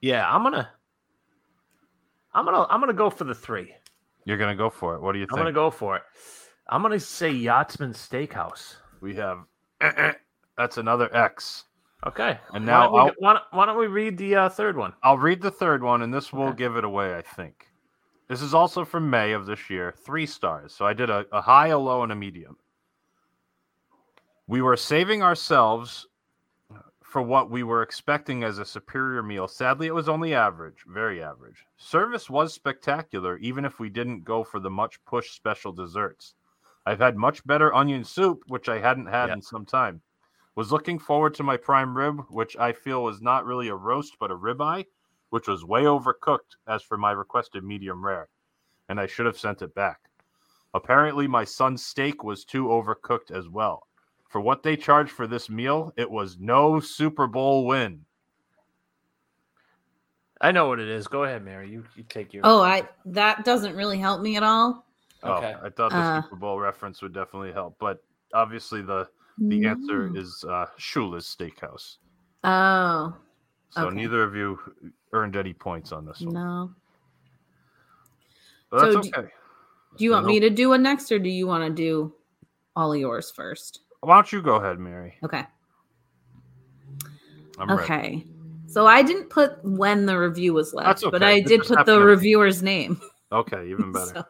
Speaker 7: yeah, I'm gonna, I'm gonna, I'm gonna go for the three.
Speaker 6: You're gonna go for it. What do you
Speaker 7: I'm
Speaker 6: think?
Speaker 7: gonna go for it. I'm gonna say Yachtsman Steakhouse.
Speaker 6: We have (clears throat) that's another X.
Speaker 7: Okay,
Speaker 6: And
Speaker 7: Why don't
Speaker 6: now
Speaker 7: we,
Speaker 6: I'll-
Speaker 7: go- why, don't, why don't we read the uh, third one?
Speaker 6: I'll read the third one, and this will
Speaker 7: Okay.
Speaker 6: give it away, I think. This is also from May of this year. Three stars. So I did a, a high, a low, and a medium. We were saving ourselves for what we were expecting as a superior meal. Sadly, it was only average, very average. Service was spectacular, even if we didn't go for the much pushed special desserts. I've had much better onion soup, which I hadn't had
Speaker 7: Yeah.
Speaker 6: in some time. Was looking forward to my prime rib, which I feel was not really a roast but a ribeye, which was way overcooked as for my requested medium rare, and I should have sent it back. Apparently, my son's steak was too overcooked as well. For what they charged for this meal, it was no Super Bowl win.
Speaker 7: I know what it is. Go ahead, Mary. You, you take your.
Speaker 8: oh, I that doesn't really help me at all.
Speaker 7: Okay.
Speaker 6: Oh, I thought the
Speaker 8: Uh.
Speaker 6: Super Bowl reference would definitely help, but obviously the the
Speaker 8: Mm.
Speaker 6: answer is uh, Shula's Steakhouse.
Speaker 8: Oh
Speaker 6: So
Speaker 8: Okay.
Speaker 6: neither of you earned any points on this one.
Speaker 8: no.
Speaker 6: But that's
Speaker 8: So do-
Speaker 6: okay.
Speaker 8: Do you want me to do one next or do you want to do all yours first?
Speaker 6: Why don't you go ahead, Mary?
Speaker 8: Okay.
Speaker 6: I'm
Speaker 8: okay.
Speaker 6: ready.
Speaker 8: So I didn't put when the review was left,
Speaker 6: That's
Speaker 8: but
Speaker 6: okay.
Speaker 8: I
Speaker 6: It
Speaker 8: did
Speaker 6: just
Speaker 8: put the
Speaker 6: happened to-
Speaker 8: reviewer's name.
Speaker 6: Okay,
Speaker 8: (laughs)
Speaker 6: even better.
Speaker 8: So-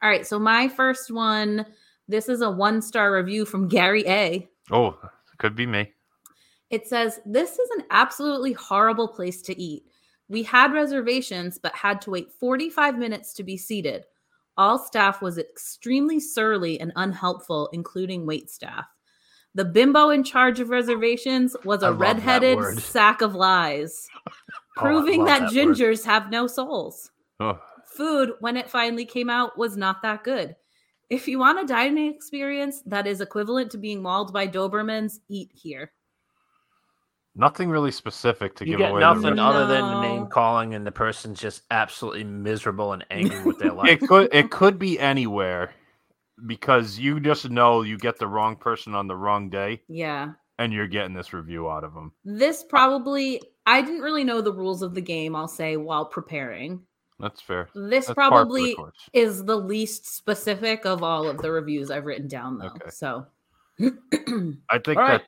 Speaker 8: all right. So my first one this is a one star review from Gary A.
Speaker 6: Oh, could be me.
Speaker 8: It says, This is an absolutely horrible place to eat. We had reservations, but had to wait 45 minutes to be seated. All staff was extremely surly and unhelpful, including wait staff. The bimbo in charge of reservations was
Speaker 7: I
Speaker 8: a
Speaker 7: love that
Speaker 8: redheaded
Speaker 7: word. Oh,
Speaker 8: sack of lies,
Speaker 7: I
Speaker 8: proving
Speaker 7: love
Speaker 8: that,
Speaker 7: that word.
Speaker 8: gingers have no souls.
Speaker 6: Oh,
Speaker 8: Food, when it finally came out, was not that good. If you want a dining experience that is equivalent to being mauled by Dobermans, eat here.
Speaker 6: nothing really specific to
Speaker 7: You
Speaker 6: give
Speaker 7: get
Speaker 6: away.
Speaker 7: nothing
Speaker 6: The
Speaker 7: other than
Speaker 8: No.
Speaker 7: the name calling, and the person's just absolutely miserable and angry with (laughs) their
Speaker 6: re-
Speaker 7: life.
Speaker 6: it could it could be anywhere because you just know you get the wrong person on the wrong day,
Speaker 8: Yeah.
Speaker 6: and you're getting this review out of them.
Speaker 8: this probably I didn't really know the rules of the game, I'll say, while preparing.
Speaker 6: That's fair.
Speaker 8: This
Speaker 6: That's par for the
Speaker 8: probably
Speaker 6: course.
Speaker 8: is the least specific of all of the reviews I've written down though.
Speaker 6: Okay.
Speaker 8: So
Speaker 6: I think
Speaker 7: All
Speaker 6: that
Speaker 7: right.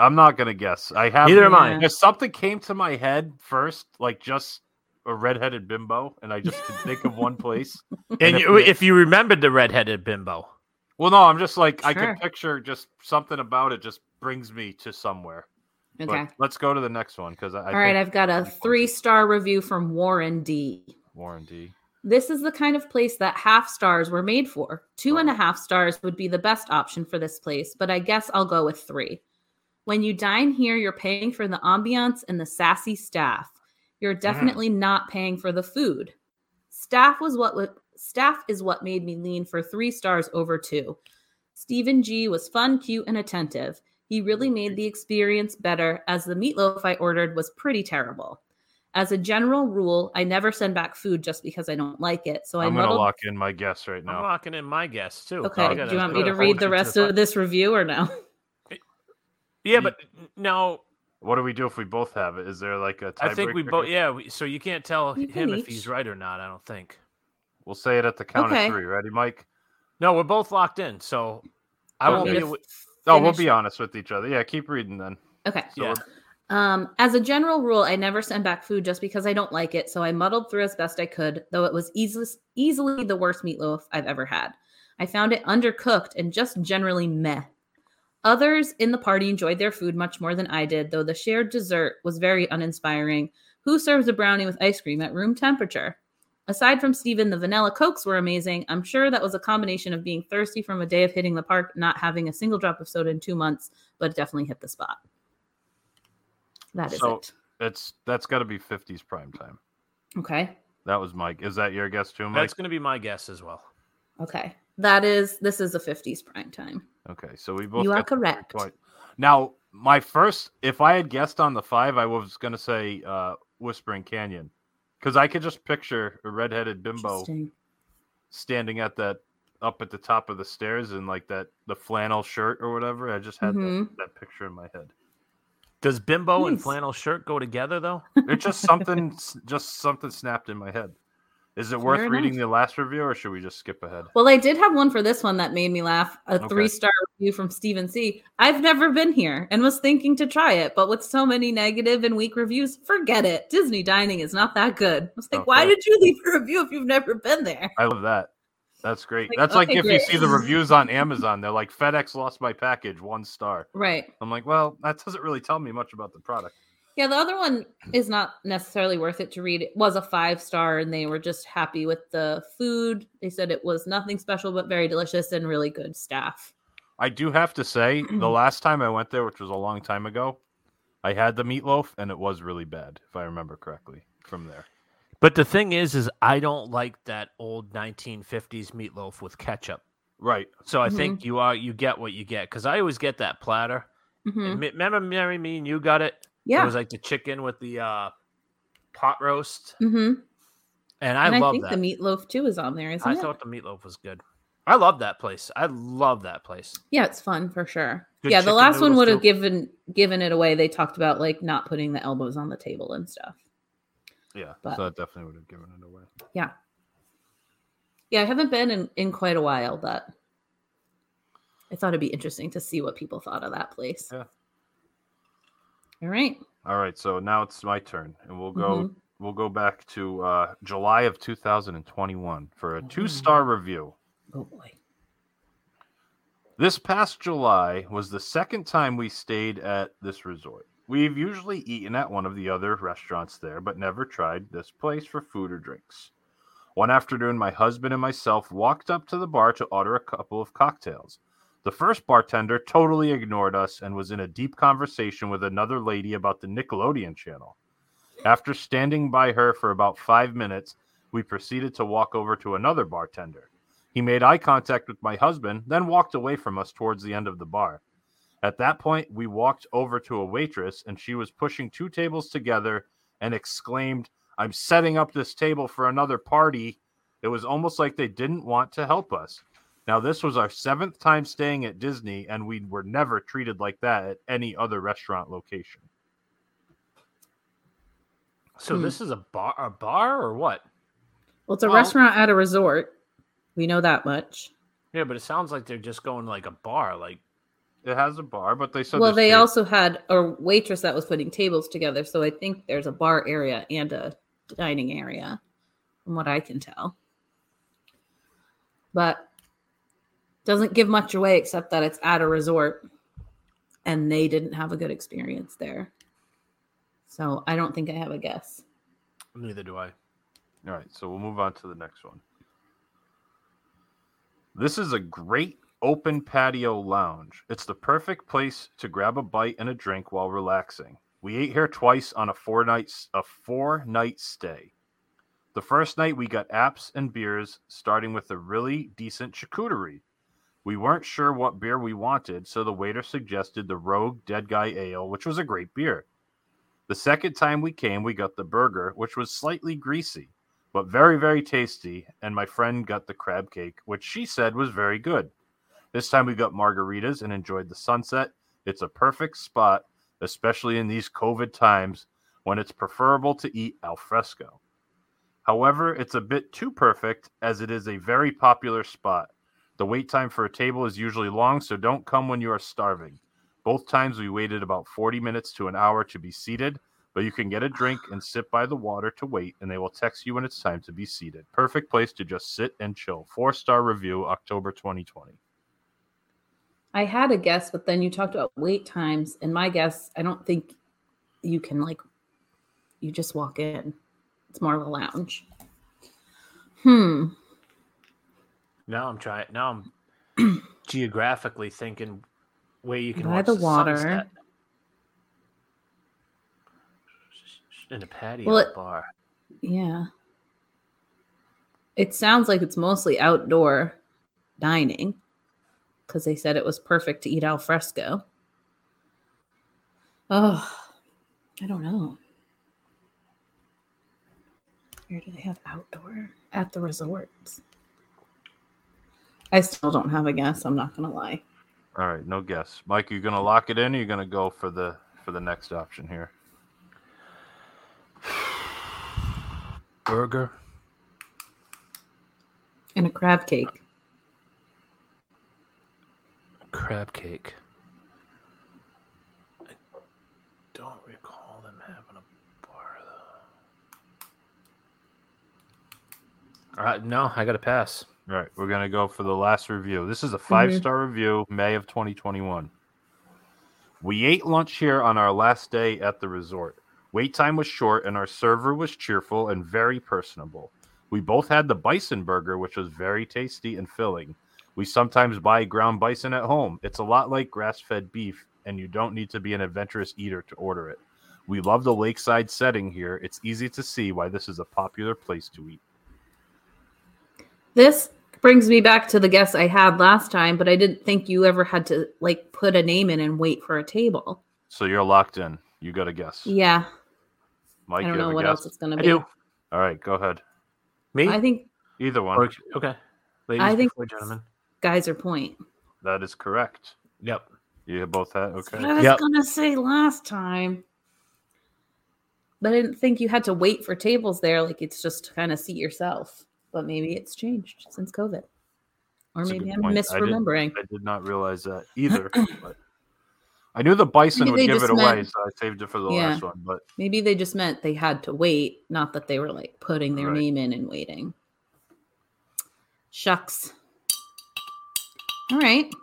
Speaker 6: I'm not gonna guess. I have
Speaker 7: Neither am I.
Speaker 8: Yeah.
Speaker 6: If something came to my head first, like just a redheaded bimbo, and I just could think of
Speaker 8: (laughs)
Speaker 6: one place.
Speaker 7: And
Speaker 6: if
Speaker 7: you,
Speaker 6: we-
Speaker 7: if you remembered the redheaded bimbo,
Speaker 6: Well, no, I'm just like I
Speaker 8: Sure.
Speaker 6: can picture just something about it. Just brings me to somewhere. But
Speaker 8: okay.
Speaker 6: let's go to the next one because I, I
Speaker 8: all right,
Speaker 6: think
Speaker 8: I've got a three star review from Warren D.
Speaker 6: Warren D.
Speaker 8: This is the kind of place that half stars were made
Speaker 6: Uh-huh.
Speaker 8: for. Two and a half stars would be the best option for this place, but I guess I'll go with three. When you dine here, you're paying for the ambiance and the sassy staff. You're
Speaker 6: Mm.
Speaker 8: definitely not paying for the food. Staff was what wa- staff is what made me lean for three stars over two. Stephen G was fun, cute, and attentive. He really made the experience better, as the meatloaf I ordered was pretty terrible. As a general rule, I never send back food just because I don't like it. So I
Speaker 6: I'm gonna
Speaker 8: muddled
Speaker 6: lock in my guess right
Speaker 7: I'm
Speaker 6: now.
Speaker 7: locking in my guess too.
Speaker 8: Okay.
Speaker 7: I gotta-
Speaker 8: Do you want
Speaker 7: I
Speaker 8: me
Speaker 7: gotta
Speaker 8: to
Speaker 7: hold
Speaker 8: read
Speaker 7: you
Speaker 8: the
Speaker 7: to
Speaker 8: rest
Speaker 7: the
Speaker 8: of this review or no?
Speaker 7: Yeah, but no,
Speaker 6: What do we do if we both have it? Is there like a
Speaker 7: I think we
Speaker 6: tiebreaker?
Speaker 7: both. Yeah, we, so you can't tell
Speaker 8: You
Speaker 7: him
Speaker 8: can
Speaker 7: if he's
Speaker 8: each.
Speaker 7: right or not. I don't think.
Speaker 6: We'll say it at the count
Speaker 8: Okay.
Speaker 6: of three. Ready, Mike?
Speaker 7: No, we're both locked in. So I
Speaker 8: (laughs)
Speaker 6: Okay.
Speaker 7: won't be.
Speaker 6: Yeah.
Speaker 7: aw-
Speaker 6: Oh, we'll
Speaker 8: Finish-
Speaker 6: be honest with each other. Yeah, keep reading then.
Speaker 8: Okay.
Speaker 6: So
Speaker 7: Yeah.
Speaker 6: we're-
Speaker 8: Um, as a general rule, I never send back food just because I don't like it, so I muddled through as best I could, though it was easily, easily the worst meatloaf I've ever had. I found it undercooked and just generally meh. Others in the party enjoyed their food much more than I did, though the shared dessert was very uninspiring. Who serves a brownie with ice cream at room temperature? Aside from Steven, the vanilla cokes were amazing. I'm sure that was a combination of being thirsty from a day of hitting the park, not having a single drop of soda in two months, but it definitely hit the spot. That is
Speaker 6: So-
Speaker 8: it.
Speaker 6: it's that's got to be 50s prime time.
Speaker 8: Okay.
Speaker 6: That was Mike. Is that your guess too, Mike?
Speaker 7: That's going to be my guess as well.
Speaker 8: Okay. That is this is a 50s prime time.
Speaker 6: Okay, so we both
Speaker 8: You are
Speaker 6: got the three
Speaker 8: correct.
Speaker 6: point. Now, my first, if I had guessed on the five, I was gonna say uh, Whispering Canyon, because I could just picture a redheaded bimbo
Speaker 8: Interesting.
Speaker 6: standing at that up at the top of the stairs in like that the flannel shirt or whatever. I just had
Speaker 8: Mhm.
Speaker 6: that, that picture in my head.
Speaker 7: Does bimbo and
Speaker 8: Nice.
Speaker 7: flannel shirt go together though?
Speaker 6: It's
Speaker 7: (laughs)
Speaker 6: just something, s- just something snapped in my head. Is it worth
Speaker 8: Fair
Speaker 6: reading
Speaker 8: enough.
Speaker 6: the last review or should we just skip ahead?
Speaker 8: Well, I did have one for this one that made me laugh. A
Speaker 6: Okay.
Speaker 8: three-star review from Steven C. I've never been here and was thinking to try it, but with so many negative and weak reviews, forget it. Disney dining is not that good. I was like, why
Speaker 6: Okay.
Speaker 8: did you leave a review if you've never been there?
Speaker 6: I love that. That's great.
Speaker 8: Like,
Speaker 6: That's like
Speaker 8: okay,
Speaker 6: if you
Speaker 8: great.
Speaker 6: see the reviews on Amazon, they're like FedEx lost my package, one star.
Speaker 8: Right.
Speaker 6: I'm like, well, that doesn't really tell me much about the product.
Speaker 8: Yeah, the other one is not necessarily worth it to read. It was a five star, and they were just happy with the food. They said it was nothing special, but very delicious and really good staff.
Speaker 6: I do have to say, the last time I went there, which was a long time ago, I had the meatloaf and it was really bad, if I remember correctly from there.
Speaker 7: But the thing is, is I don't like that old 1950s meatloaf with ketchup.
Speaker 6: Right.
Speaker 7: So I
Speaker 8: Mm-hmm.
Speaker 7: think you are you get what you get because I always get that platter.
Speaker 8: Mhm.
Speaker 7: And me- remember, Mary, me and you got it.
Speaker 8: Yeah.
Speaker 7: It was like the chicken with the uh, pot roast,
Speaker 8: hmm
Speaker 7: and I
Speaker 8: And I,
Speaker 7: love
Speaker 8: think
Speaker 7: that.
Speaker 8: the meatloaf too is on there, isn't
Speaker 7: I
Speaker 8: it?
Speaker 7: thought the meatloaf was good. I love that place. I love that place.
Speaker 8: yeah, it's fun for sure.
Speaker 7: Good
Speaker 8: yeah, the
Speaker 7: chicken
Speaker 8: last one
Speaker 7: noodles,
Speaker 8: would have
Speaker 7: too.
Speaker 8: given given it away. They talked about like not putting the elbows on the table and stuff.
Speaker 6: Yeah.
Speaker 8: But-
Speaker 6: So that definitely would have given it away.
Speaker 8: Yeah, I haven't been in in quite a while, but I thought it'd be interesting to see what people thought of that place.
Speaker 6: Yeah.
Speaker 8: All right.
Speaker 6: All right. So now it's my turn and we'll go we'll go back to uh, July of 2021 for a two star review.
Speaker 8: Oh boy.
Speaker 6: This past July was the second time we stayed at this resort. We've usually eaten at one of the other restaurants there, but never tried this place for food or drinks. One afternoon, my husband and myself walked up to the bar to order a couple of cocktails. The first bartender totally ignored us and was in a deep conversation with another lady about the Nickelodeon channel. After standing by her for about five minutes, we proceeded to walk over to another bartender. He made eye contact with my husband, then walked away from us towards the end of the bar. At that point, we walked over to a waitress, and she was pushing two tables together and exclaimed, I'm setting up this table for another party. It was almost like they didn't want to help us. Now, this was our seventh time staying at Disney, and we were never treated like that at any other restaurant location.
Speaker 7: So
Speaker 8: Hmm.
Speaker 7: this is a bar, a bar or what?
Speaker 8: Well, it's a
Speaker 7: Well-
Speaker 8: restaurant at a resort. We know that much.
Speaker 7: Yeah, but it sounds like they're just going to like a bar. Like
Speaker 6: It has a bar, but they said
Speaker 8: well,
Speaker 6: there's
Speaker 8: they
Speaker 6: tables.
Speaker 8: also had a waitress that was putting tables together, so I think there's a bar area and a dining area, from what I can tell. But doesn't give much away except that it's at a resort, and they didn't have a good experience there. So I don't think I have a guess.
Speaker 7: neither do I.
Speaker 6: All right, so we'll move on to the next one. This is a great Open Patio Lounge. It's the perfect place to grab a bite and a drink while relaxing. We ate here twice on a four night a four night stay. The first night we got apps and beers, starting with a really decent charcuterie. We weren't sure what beer we wanted, so the waiter suggested the Rogue Dead Guy Ale, which was a great beer. The second time we came, we got the burger, which was slightly greasy, but very, very tasty. And my friend got the crab cake, which she said was very good. This time we got margaritas and enjoyed the sunset. It's a perfect spot, especially in these COVID times when it's preferable to eat al fresco. However, it's a bit too perfect as it is a very popular spot. The wait time for a table is usually long, so don't come when you are starving. Both times we waited about 40 minutes to an hour to be seated, but you can get a drink and sit by the water to wait, and they will text you when it's time to be seated. Perfect place to just sit and chill. Four star review, October 2020.
Speaker 8: I had a guess, but then you talked about wait times, and my guess, I don't think you can like you just walk in. It's more of a lounge. Hmm.
Speaker 7: Now I'm trying. Now I'm geographically thinking where you can
Speaker 8: By
Speaker 7: watch
Speaker 8: the water.
Speaker 7: sunset. in a patio
Speaker 8: Well, it-
Speaker 7: bar.
Speaker 8: Yeah. It sounds like it's mostly outdoor dining because they said it was perfect to eat al fresco. Oh, I don't know. Where do they have outdoor at the resorts? I still don't have a guess. I'm not going to lie.
Speaker 6: All right, no guess. Mike, you gonna lock it in or you gonna go for the for the next option here? (sighs)
Speaker 7: Burger.
Speaker 8: And a crab cake.
Speaker 7: crab cake. I don't recall them having a bar though. All right, no, I got to pass.
Speaker 6: All right, we're gonna go for the last review. This is a five star review, May of 2021. We ate lunch here on our last day at the resort. Wait time was short, and our server was cheerful and very personable. We both had the bison burger, which was very tasty and filling. We sometimes buy ground bison at home. It's a lot like grass fed beef, and you don't need to be an adventurous eater to order it. We love the lakeside setting here. It's easy to see why this is a popular place to eat.
Speaker 8: This brings me back to the guess I had last time, but I didn't think you ever had to like put a name in and wait for a table.
Speaker 6: So you're locked in. You got to guess.
Speaker 8: Yeah.
Speaker 6: Mike,
Speaker 8: I don't
Speaker 6: you have
Speaker 8: know
Speaker 6: a
Speaker 8: what
Speaker 6: guess?
Speaker 8: else it's going to
Speaker 7: I
Speaker 8: be.
Speaker 7: do.
Speaker 6: All right, go ahead.
Speaker 7: Me?
Speaker 8: I think
Speaker 6: Either one.
Speaker 7: Or- okay. Ladies
Speaker 8: I think-
Speaker 7: before gentlemen.
Speaker 8: Geyser Point.
Speaker 6: That is correct.
Speaker 7: Yep.
Speaker 6: You have both had.
Speaker 8: That's what
Speaker 6: Okay.
Speaker 8: I was
Speaker 7: Yep.
Speaker 8: going to say last time. But I didn't think you had to wait for tables there. Like it's just to kind of seat yourself. But maybe it's changed since COVID. Or
Speaker 6: That's a
Speaker 8: maybe
Speaker 6: good
Speaker 8: I'm
Speaker 6: point. I didn't-
Speaker 8: misremembering.
Speaker 6: I did not realize that
Speaker 8: (clears throat)
Speaker 6: either. but I knew the bison
Speaker 8: Maybe
Speaker 6: would
Speaker 8: they
Speaker 6: give it
Speaker 8: just
Speaker 6: away,
Speaker 8: meant-
Speaker 6: so I saved it for the
Speaker 8: Yeah.
Speaker 6: last one. But
Speaker 8: Maybe they just meant they had to wait, not that they were like putting their
Speaker 6: Right.
Speaker 8: name in and waiting. Shucks. All right. Do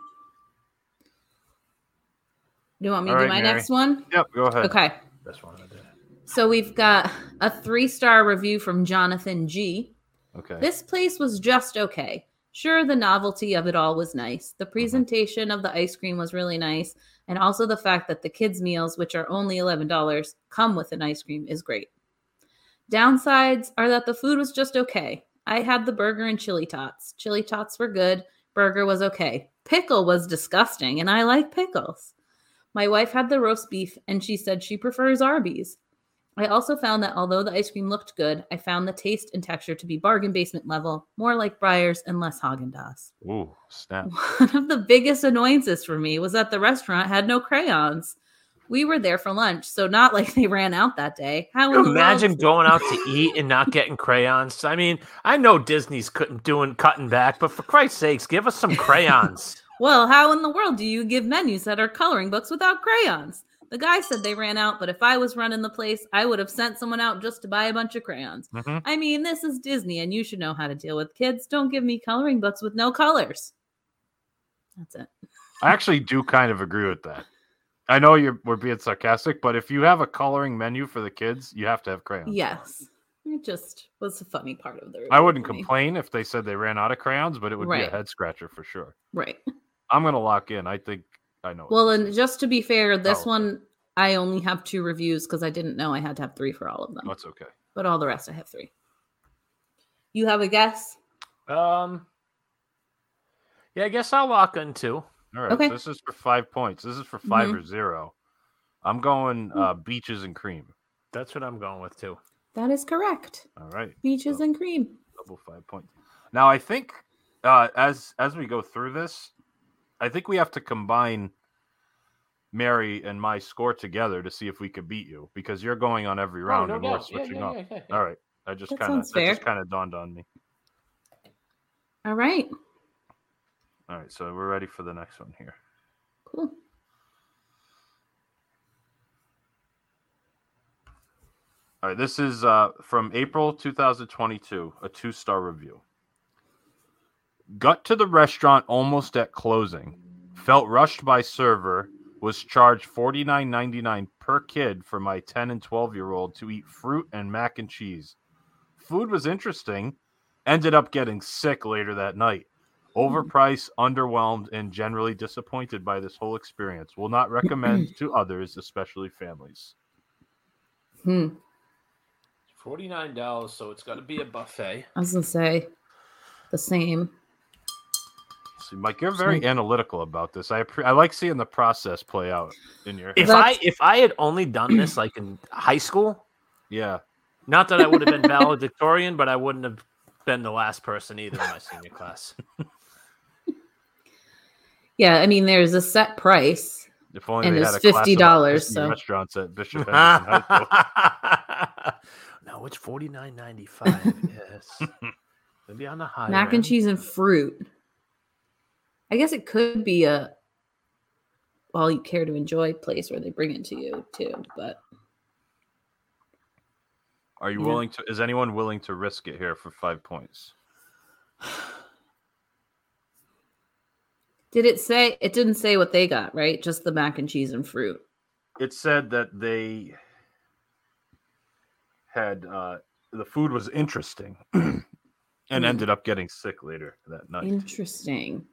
Speaker 8: you want me to
Speaker 6: All
Speaker 8: do
Speaker 6: right,
Speaker 8: my
Speaker 6: Mary.
Speaker 8: next one?
Speaker 6: yep, go ahead.
Speaker 8: Okay.
Speaker 7: That's one I did.
Speaker 8: So we've got a three star review from Jonathan G.
Speaker 6: Okay.
Speaker 8: This place was just okay. Sure, the novelty of it all was nice. The presentation of the ice cream was really nice. And also the fact that the kids' meals, which are only $11, come with an ice cream is great. Downsides are that the food was just okay. I had the burger and chili tots. Chili tots were good. Burger was okay. Pickle was disgusting, and I like pickles. My wife had the roast beef, and she said she prefers Arby's. I also found that although the ice cream looked good, I found the taste and texture to be bargain basement level, more like Briar's and less Haagen Dazs.
Speaker 6: Ooh, snap.
Speaker 8: (laughs) One of the biggest annoyances for me was that the restaurant had no crayons. We were there for lunch, so not like they ran out that day. How in the
Speaker 7: Imagine
Speaker 8: world-
Speaker 7: going out to eat and not getting crayons. I mean, I know Disney's couldn't doing cutting back, but for Christ's sakes, give us
Speaker 8: (laughs)
Speaker 7: some crayons.
Speaker 8: Well, how in the world do you give menus that are coloring books without crayons? The guy said they ran out, but if I was running the place, I would have sent someone out just to buy a bunch of crayons.
Speaker 6: Mhm.
Speaker 8: I mean, this is Disney, and you should know how to deal with kids. Don't give me coloring books with no colors. That's it.
Speaker 6: I actually do kind of agree with that. I know you're we're being sarcastic, but if you have a coloring menu for the kids, you have to have crayons.
Speaker 8: Yes, it just was a funny part of the.
Speaker 6: I wouldn't
Speaker 8: review for me.
Speaker 6: complain if they said they ran out of crayons, but it would be
Speaker 8: Right.
Speaker 6: a head scratcher for sure.
Speaker 8: Right.
Speaker 6: I'm gonna lock in. I think I know.
Speaker 8: Well, and just to be fair, this
Speaker 6: Oh.
Speaker 8: one I only have two reviews because I didn't know I had to have three for all of them.
Speaker 6: that's okay.
Speaker 8: But all the rest I have three. You have a guess?
Speaker 7: Um. Yeah, I guess I'll lock in two.
Speaker 6: All right.
Speaker 8: Okay.
Speaker 6: This is for five points. This is for 5
Speaker 8: Mhm.
Speaker 6: or zero. I'm
Speaker 8: Mm.
Speaker 6: going uh, beaches and cream.
Speaker 7: That's what I'm going with too.
Speaker 8: That is correct.
Speaker 6: All right.
Speaker 8: Beaches
Speaker 6: So-
Speaker 8: and cream.
Speaker 6: double five points. Now I think uh, as as we go through this, I think we have to combine Mary and my score together to see if we could beat you because you're going on
Speaker 8: Oh,
Speaker 6: every round and we're switching off. All right, I just
Speaker 8: That
Speaker 6: kind of
Speaker 8: sounds
Speaker 6: that just
Speaker 8: fair.
Speaker 6: kind of dawned on me.
Speaker 8: All right.
Speaker 6: All right, so we're ready for the next one here.
Speaker 8: Cool.
Speaker 6: All right, this is uh, from April 2022, a two star review. Got to the restaurant almost at closing, felt rushed by server, was charged $49.99 per kid for my 10 and 12 year old to eat fruit and mac and cheese. Food was interesting, ended up getting sick later that night. Overpriced, underwhelmed, and generally disappointed by this whole experience. Will not recommend to others, especially families.
Speaker 8: Hmm.
Speaker 7: Forty nine dollars, so it's got to be a buffet.
Speaker 8: I was gonna say the same.
Speaker 6: See, Mike, you're very analytical about this. I appre I like seeing the process play out in your
Speaker 7: If
Speaker 8: That's-
Speaker 7: I if I had only done this like in high school,
Speaker 6: yeah.
Speaker 7: not that I would have been valedictorian, but I wouldn't have been the last person either in my senior
Speaker 8: (laughs)
Speaker 7: class.
Speaker 8: Yeah, I mean there's a set price.
Speaker 6: If only
Speaker 8: And
Speaker 6: they
Speaker 8: it's
Speaker 6: had a class about
Speaker 8: $50,
Speaker 6: Disney
Speaker 8: so-
Speaker 6: restaurants at Bishop (laughs) Henderson High School.
Speaker 7: no, it's forty nine ninety five. Yes,
Speaker 8: (laughs)
Speaker 7: maybe on the high
Speaker 8: mac and cheese and fruit. I guess it could be a all you care to enjoy place where they bring it to you too, but
Speaker 6: Are you
Speaker 8: Yeah.
Speaker 6: willing to? Is anyone willing to risk it here for five points?
Speaker 8: did it say it didn't say what they got, right? Just the mac and cheese and fruit.
Speaker 6: It said that they had uh, the food was interesting (clears throat) and
Speaker 8: Hmm.
Speaker 6: ended up getting sick later that night.
Speaker 8: Interesting.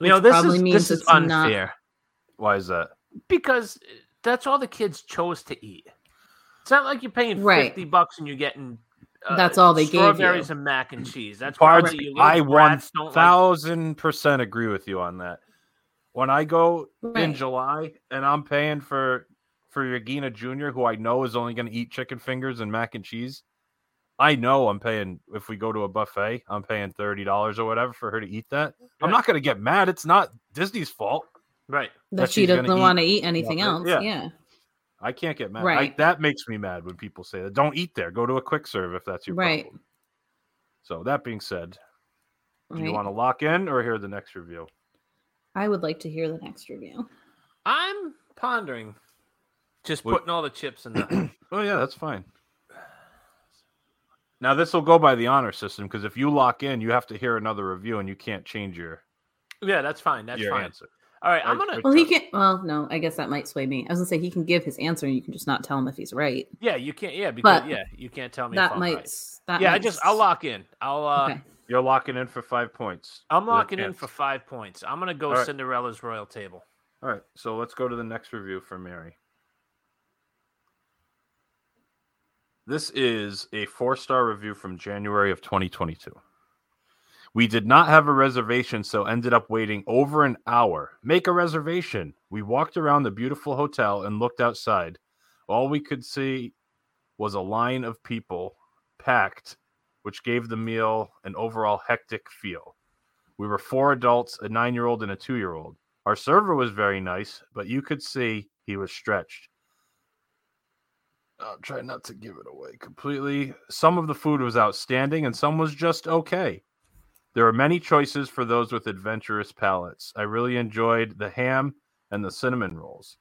Speaker 7: You know
Speaker 8: Which
Speaker 7: this
Speaker 8: probably
Speaker 7: is
Speaker 8: means
Speaker 7: this is
Speaker 8: it's not-
Speaker 7: unfair.
Speaker 6: Why is that?
Speaker 7: because that's all the kids chose to eat. It's not like you're paying
Speaker 8: Right.
Speaker 7: fifty bucks and you're getting. uh,
Speaker 8: That's all they gave you.
Speaker 7: Strawberries and mac and cheese. That's
Speaker 6: Pards,
Speaker 7: probably you little
Speaker 6: I one
Speaker 7: brats don't like-
Speaker 6: thousand percent agree with you on that. When I go in
Speaker 8: Right.
Speaker 6: July and I'm paying for for Regina Junior, who I know is only going to eat chicken fingers and mac and cheese, I know I'm paying. If we go to a buffet, I'm paying thirty dollars or whatever for her to eat that. I'm
Speaker 7: Yeah.
Speaker 6: not going to get mad. It's not Disney's fault.
Speaker 7: Right.
Speaker 8: That,
Speaker 6: that
Speaker 8: she
Speaker 6: she's gonna
Speaker 8: doesn't want to
Speaker 6: eat
Speaker 8: eat anything
Speaker 6: yeah,
Speaker 8: else.
Speaker 6: yeah.
Speaker 8: Yeah.
Speaker 6: I can't get mad. I,
Speaker 8: Right.
Speaker 6: that makes me mad when people say that. Don't eat there. Go to a quick serve if that's your
Speaker 8: Right.
Speaker 6: problem. So that being said, do
Speaker 8: right.
Speaker 6: you want to lock in or hear the next review?
Speaker 8: I would like to hear the
Speaker 7: (laughs)
Speaker 8: next review.
Speaker 7: I'm pondering, just
Speaker 6: Would-
Speaker 7: putting all the chips
Speaker 6: (clears throat)
Speaker 7: in the.
Speaker 6: Oh yeah, that's fine. Now this will go by the honor system because if you lock in, you have to hear another review and you can't change your
Speaker 7: yeah, that's fine. That's
Speaker 6: your
Speaker 7: fine.
Speaker 6: answer.
Speaker 7: All right, I'm
Speaker 6: Like,
Speaker 7: gonna.
Speaker 6: which-
Speaker 8: Well, he
Speaker 6: Okay.
Speaker 8: can. Well, no, I guess that might sway me. I was gonna say he can give his answer, and you can just not tell him if he's right.
Speaker 7: Yeah, you can't. Yeah, because
Speaker 8: But
Speaker 7: yeah, you can't tell me if
Speaker 8: That
Speaker 7: I'm
Speaker 8: might.
Speaker 7: right.
Speaker 8: s- That
Speaker 7: yeah, I
Speaker 8: might
Speaker 7: just
Speaker 8: s-
Speaker 7: I'll lock in. I'll uh,
Speaker 8: Okay.
Speaker 6: You're locking in for five points.
Speaker 7: I'm
Speaker 6: Your
Speaker 7: locking in
Speaker 6: answer.
Speaker 7: for five points. I'm gonna go
Speaker 6: All right.
Speaker 7: Cinderella's royal table.
Speaker 6: All right, so let's go to the next review for Mary. This is a four star review from January of 2022. We did not have a reservation, so ended up waiting over an hour. Make a reservation. We walked around the beautiful hotel and looked outside. All we could see was a line of people packed, which gave the meal an overall hectic feel. We were four adults, a nine year old, and a two year old. Our server was very nice, but you could see he was stretched. I'll try not to give it away completely. Some of the food was outstanding and some was just okay. There are many choices for those with adventurous palates. I really enjoyed the ham and the cinnamon rolls.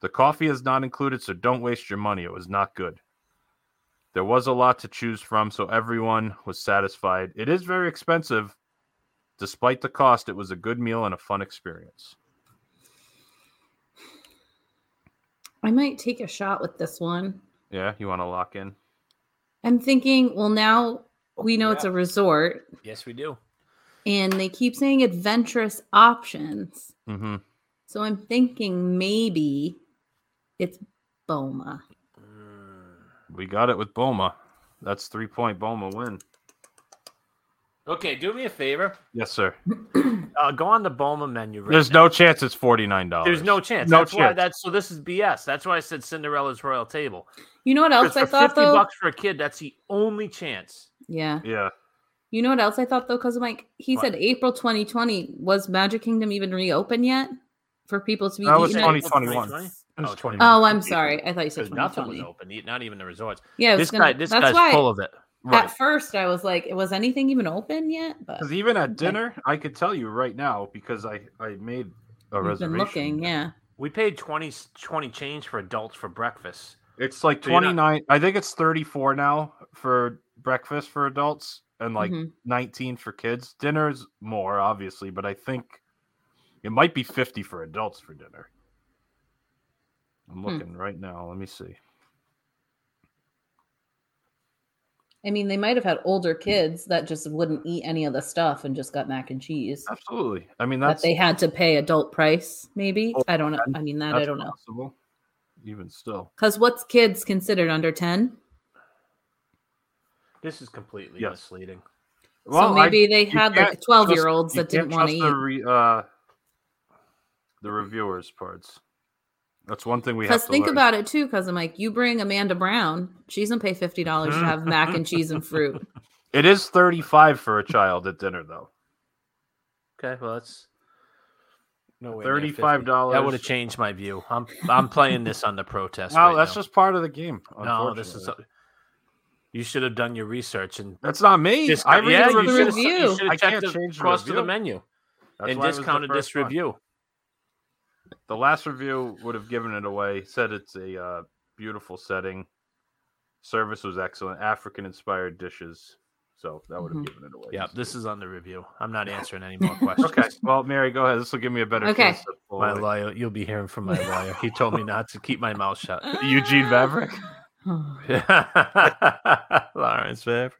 Speaker 6: The coffee is not included, so don't waste your money. It was not good. There was a lot to choose from, so everyone was satisfied. It is very expensive, Despite the cost, it was a good meal and a fun experience.
Speaker 8: I might take a shot with this one.
Speaker 6: Yeah, you want to lock in?
Speaker 7: Oh,
Speaker 8: I'm thinking. Well, now we know it's a resort,
Speaker 7: Yes, we do.
Speaker 8: and they keep saying adventurous options.
Speaker 6: Mm-hmm.
Speaker 8: So I'm thinking maybe it's Boma.
Speaker 6: We got it with Boma. That's three point Boma win.
Speaker 7: Okay, do me a favor.
Speaker 6: Yes, sir.
Speaker 7: Uh, go on the Boma menu. Right
Speaker 6: There's
Speaker 7: now.
Speaker 6: no chance it's forty nine dollars.
Speaker 7: There's no chance.
Speaker 6: No
Speaker 7: that's Why
Speaker 6: chance.
Speaker 7: that's so. This is BS. That's why I said Cinderella's royal table.
Speaker 8: You know what else
Speaker 7: Because
Speaker 8: Oh, I
Speaker 7: for
Speaker 8: thought
Speaker 7: fifty
Speaker 8: though?
Speaker 7: bucks for a kid, that's the only chance.
Speaker 8: Yeah.
Speaker 6: (laughs) Yeah.
Speaker 8: You know what else I thought though? Because I'm like, he
Speaker 7: What?
Speaker 8: said April 2020. Was Magic Kingdom even reopen yet for people to be?
Speaker 6: That was
Speaker 8: eating at-
Speaker 6: 2021.
Speaker 7: Oh,
Speaker 6: It's 20.
Speaker 8: Oh, I'm sorry. I thought you said
Speaker 7: Because nothing was
Speaker 8: 2020.
Speaker 7: open. e- Not even the resorts.
Speaker 8: Yeah, I was
Speaker 7: This
Speaker 8: gonna-
Speaker 7: guy. This
Speaker 8: that's
Speaker 7: guy's
Speaker 8: why
Speaker 7: full of it.
Speaker 6: Right.
Speaker 8: At first, I was like, was anything even open yet? But
Speaker 6: Because even at
Speaker 8: Okay.
Speaker 6: dinner, I could tell you right now because I I made a
Speaker 8: I've
Speaker 6: reservation.
Speaker 8: been looking. Yeah.
Speaker 7: We paid 20, 20 change for adults for breakfast.
Speaker 6: It's like
Speaker 7: So you're
Speaker 6: twenty
Speaker 7: not-
Speaker 6: nine. I think it's thirty four now for breakfast for adults and like
Speaker 8: Mhm.
Speaker 6: nineteen for kids. Dinner's more obviously, but I think it might be fifty for adults for dinner. I'm
Speaker 8: Hmm.
Speaker 6: looking right now. Let me see.
Speaker 8: I mean, they might have had older kids that just wouldn't eat any of the stuff and just got mac and cheese.
Speaker 6: Absolutely. I mean
Speaker 8: That
Speaker 6: that's
Speaker 8: they had to pay adult price, maybe. I don't know. I mean, that I
Speaker 6: that's
Speaker 8: don't know.
Speaker 6: possible, Even still,
Speaker 8: Because what's kids considered under 10?
Speaker 7: This is completely
Speaker 6: Yes.
Speaker 7: misleading.
Speaker 8: so
Speaker 6: Well, I-
Speaker 8: maybe they
Speaker 6: you
Speaker 8: had like
Speaker 6: can't
Speaker 8: 12
Speaker 6: trust-
Speaker 8: year olds
Speaker 6: you
Speaker 8: that didn't
Speaker 6: can't
Speaker 8: want to
Speaker 6: trust
Speaker 8: eat.
Speaker 6: the re- uh, the reviewers' parts. That's one thing we have
Speaker 8: Because
Speaker 6: to
Speaker 8: think
Speaker 6: learn.
Speaker 8: about it too. Because I'm like, you bring Amanda Brown, she's gonna pay fifty dollars to have mac and cheese and
Speaker 6: (laughs)
Speaker 8: fruit. (sighs)
Speaker 6: It is 35 for a child at dinner, though.
Speaker 7: Okay, well that's no way near 50.
Speaker 6: $35.
Speaker 7: That would have changed my view. I'm I'm playing this on the protest.
Speaker 6: Well,
Speaker 7: right
Speaker 6: that's
Speaker 7: now.
Speaker 6: just part of the game.
Speaker 7: no. This is.
Speaker 6: unfortunately.
Speaker 7: You should have done your research and
Speaker 6: that's not me.
Speaker 7: Discount-
Speaker 6: I read
Speaker 7: yeah,
Speaker 6: the
Speaker 7: you
Speaker 8: review.
Speaker 7: should
Speaker 6: reviews.
Speaker 7: have, you
Speaker 8: Review.
Speaker 7: should have
Speaker 6: I
Speaker 7: checked
Speaker 6: can't
Speaker 7: the
Speaker 6: change the
Speaker 7: across to the
Speaker 6: review.
Speaker 7: menu
Speaker 6: That's
Speaker 7: and
Speaker 6: why it was the
Speaker 7: discounted
Speaker 6: first
Speaker 7: this
Speaker 6: one.
Speaker 7: review.
Speaker 6: The last review would have given it away. Said it's a uh, beautiful setting. Service was excellent. African inspired dishes. So that would have
Speaker 8: Mhm.
Speaker 6: given it away.
Speaker 7: Yeah, this is on the review. I'm not answering any (laughs) more questions.
Speaker 6: Okay. Well, Mary, go ahead. This will give me a better
Speaker 8: Okay.
Speaker 6: chance. of
Speaker 7: My
Speaker 6: following.
Speaker 7: lawyer, you'll be hearing from my lawyer. He told me not to keep my mouth (laughs) shut.
Speaker 6: Eugene Maverick.
Speaker 8: All
Speaker 7: (laughs) Lawrence Maverick.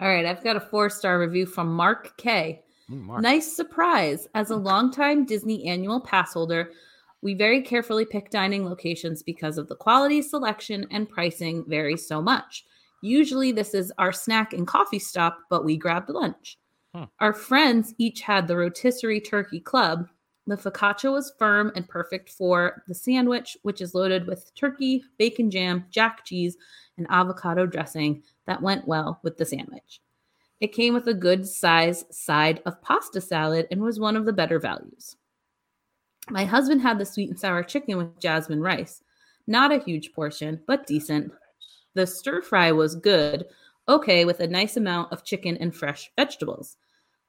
Speaker 8: right, I've got a four star review from Mark K. Nice surprise. As a longtime Disney annual pass holder, we very carefully pick dining locations because of the quality, selection, and pricing vary so much. Usually, this is our snack and coffee stop, but we grabbed lunch. Our friends each had the rotisserie turkey club. The focaccia was firm and perfect for the sandwich, which is loaded with turkey, bacon jam, jack cheese, and avocado dressing that went well with the sandwich. It came with a good size side of pasta salad and was one of the better values. My husband had the sweet and sour chicken with jasmine rice. Not a huge portion, but decent. The stir fry was good, okay, with a nice amount of chicken and fresh vegetables.